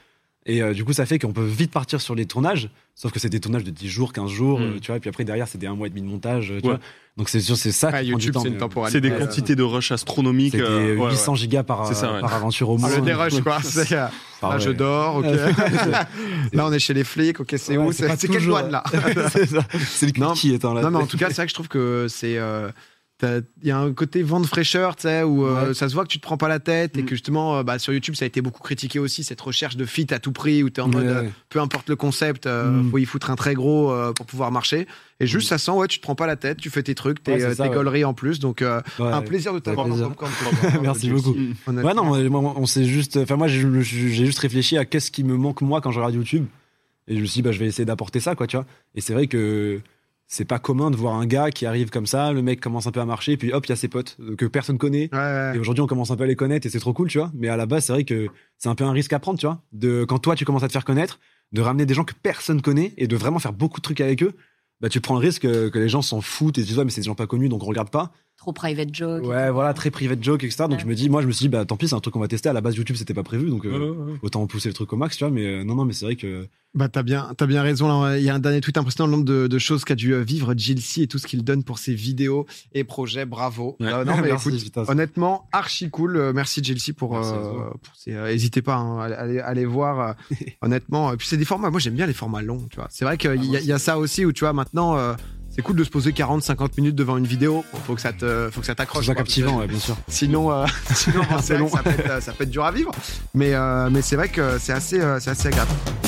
S2: Et euh, du coup, ça fait qu'on peut vite partir sur les tournages, sauf que c'est des tournages de 10 jours, 15 jours,
S1: Hmm.
S3: Mm.
S2: euh, tu vois, et puis après, derrière, c'est des 1 mois et demi de montage, euh, tu
S3: Ouais.
S2: vois. Donc c'est sûr, c'est ça.
S1: Ah,
S2: qui prend du
S1: YouTube,
S2: temps,
S1: c'est une
S2: mais-
S1: temporalité.
S3: C'est des
S2: Ouais,
S3: quantités de rush astronomiques.
S2: C'est des
S3: euh, ouais, ouais.
S2: 800 gigas par,
S3: C'est ça,
S2: euh,
S3: ouais.
S2: par aventure au moins.
S1: Ah, le dérush, quoi. C'est, euh,
S2: Enfin,
S1: là, je
S2: ouais.
S1: dors, ok. là, on est chez les flics, ok, c'est
S2: Ouais,
S1: où C'est
S2: pas
S1: c'est quelle
S2: toujours-
S1: douane, là
S2: C'est ça. C'est le
S1: Non,
S2: qui étant là.
S1: Non, mais en tout cas, c'est vrai que je trouve que c'est. euh, t'as- Il y a un côté vent de fraîcheur, tu sais, où euh,
S2: Ouais. Mm.
S1: ça se voit que tu te prends pas la tête et que justement, euh, bah, sur YouTube, ça a été beaucoup critiqué aussi, cette recherche de fit à tout prix, où tu es en mode,
S2: Ouais,
S1: euh,
S2: ouais.
S1: peu importe le concept, euh,
S2: Mm.
S1: faut y foutre un très gros euh, pour pouvoir marcher. Et juste, ça sent, ouais, tu te prends pas la tête, tu fais tes trucs, tes,
S2: Ouais, c'est
S1: euh,
S2: ça,
S1: tes
S2: ouais.
S1: gauleries en plus. Donc, euh,
S2: Ouais.
S1: un plaisir de t'avoir
S2: plaisir.
S1: dans Popcorn Club.
S2: Merci beaucoup.
S1: Honnêtement.
S2: Ouais, non, moi, moi, on s'est juste. Enfin, moi, je- je- j'ai juste réfléchi à qu'est-ce qui me manque, moi, quand je regarde YouTube. Et je me suis dit, bah, je vais essayer d'apporter ça, quoi, tu vois. Et c'est vrai que c'est pas commun de voir un gars qui arrive comme ça, le mec commence un peu à marcher, et puis hop, il y a ses potes euh, que personne connaît.
S1: Ouais, ouais.
S2: Et aujourd'hui, on commence un peu à les connaître et c'est trop cool, tu vois. Mais à la base, c'est vrai que c'est un peu un risque à prendre, tu vois. De, quand toi, tu commences à te faire connaître, de ramener des gens que personne connaît et de vraiment faire beaucoup de trucs avec eux, bah, tu prends le risque euh, que les gens s'en foutent et se disent, ouais, mais c'est des gens pas connus, donc on regarde pas.
S5: Trop private joke.
S2: Ouais, voilà, très privé de joke, etc. Donc
S5: Ouais.
S2: je me dis, moi, je me suis dit, bah tant pis, c'est un truc qu'on va tester. À la base, YouTube, c'était pas prévu, donc euh, autant pousser le truc au max, tu vois. Mais euh, non, non, mais c'est vrai que.
S1: Bah, t'as bien, t'as bien raison. là. Il y a un dernier tweet impressionnant, le nombre de, de choses qu'a dû euh, vivre Gilsey et tout ce qu'il donne pour ses vidéos et projets. Bravo.
S3: Ouais.
S1: Euh, non, mais
S2: Merci,
S1: écoute,
S2: putain, c'est-
S1: honnêtement, archi cool. Euh, merci Gilsey pour.
S2: Merci à
S1: euh,
S2: toi.
S1: pour ces, euh, Hésitez pas, hein, allez, allez- allez voir. euh, honnêtement, et puis c'est des formats. Moi, j'aime bien les formats longs. Tu vois, c'est vrai qu'il
S2: Ah,
S1: y, a- il y a ça aussi où tu vois maintenant. euh, c'est cool de se poser 40-50 minutes devant une vidéo. Bon, Faut que ça te, faut que ça
S2: c'est
S1: t'accroche.
S2: un
S1: quoi.
S2: captivant, ouais, bien sûr.
S1: Sinon, euh, sinon c'est
S2: long.
S1: long. Ça peut, être, euh, ça peut être dur à vivre. Mais, euh, mais c'est vrai que c'est assez, euh, c'est assez agréable.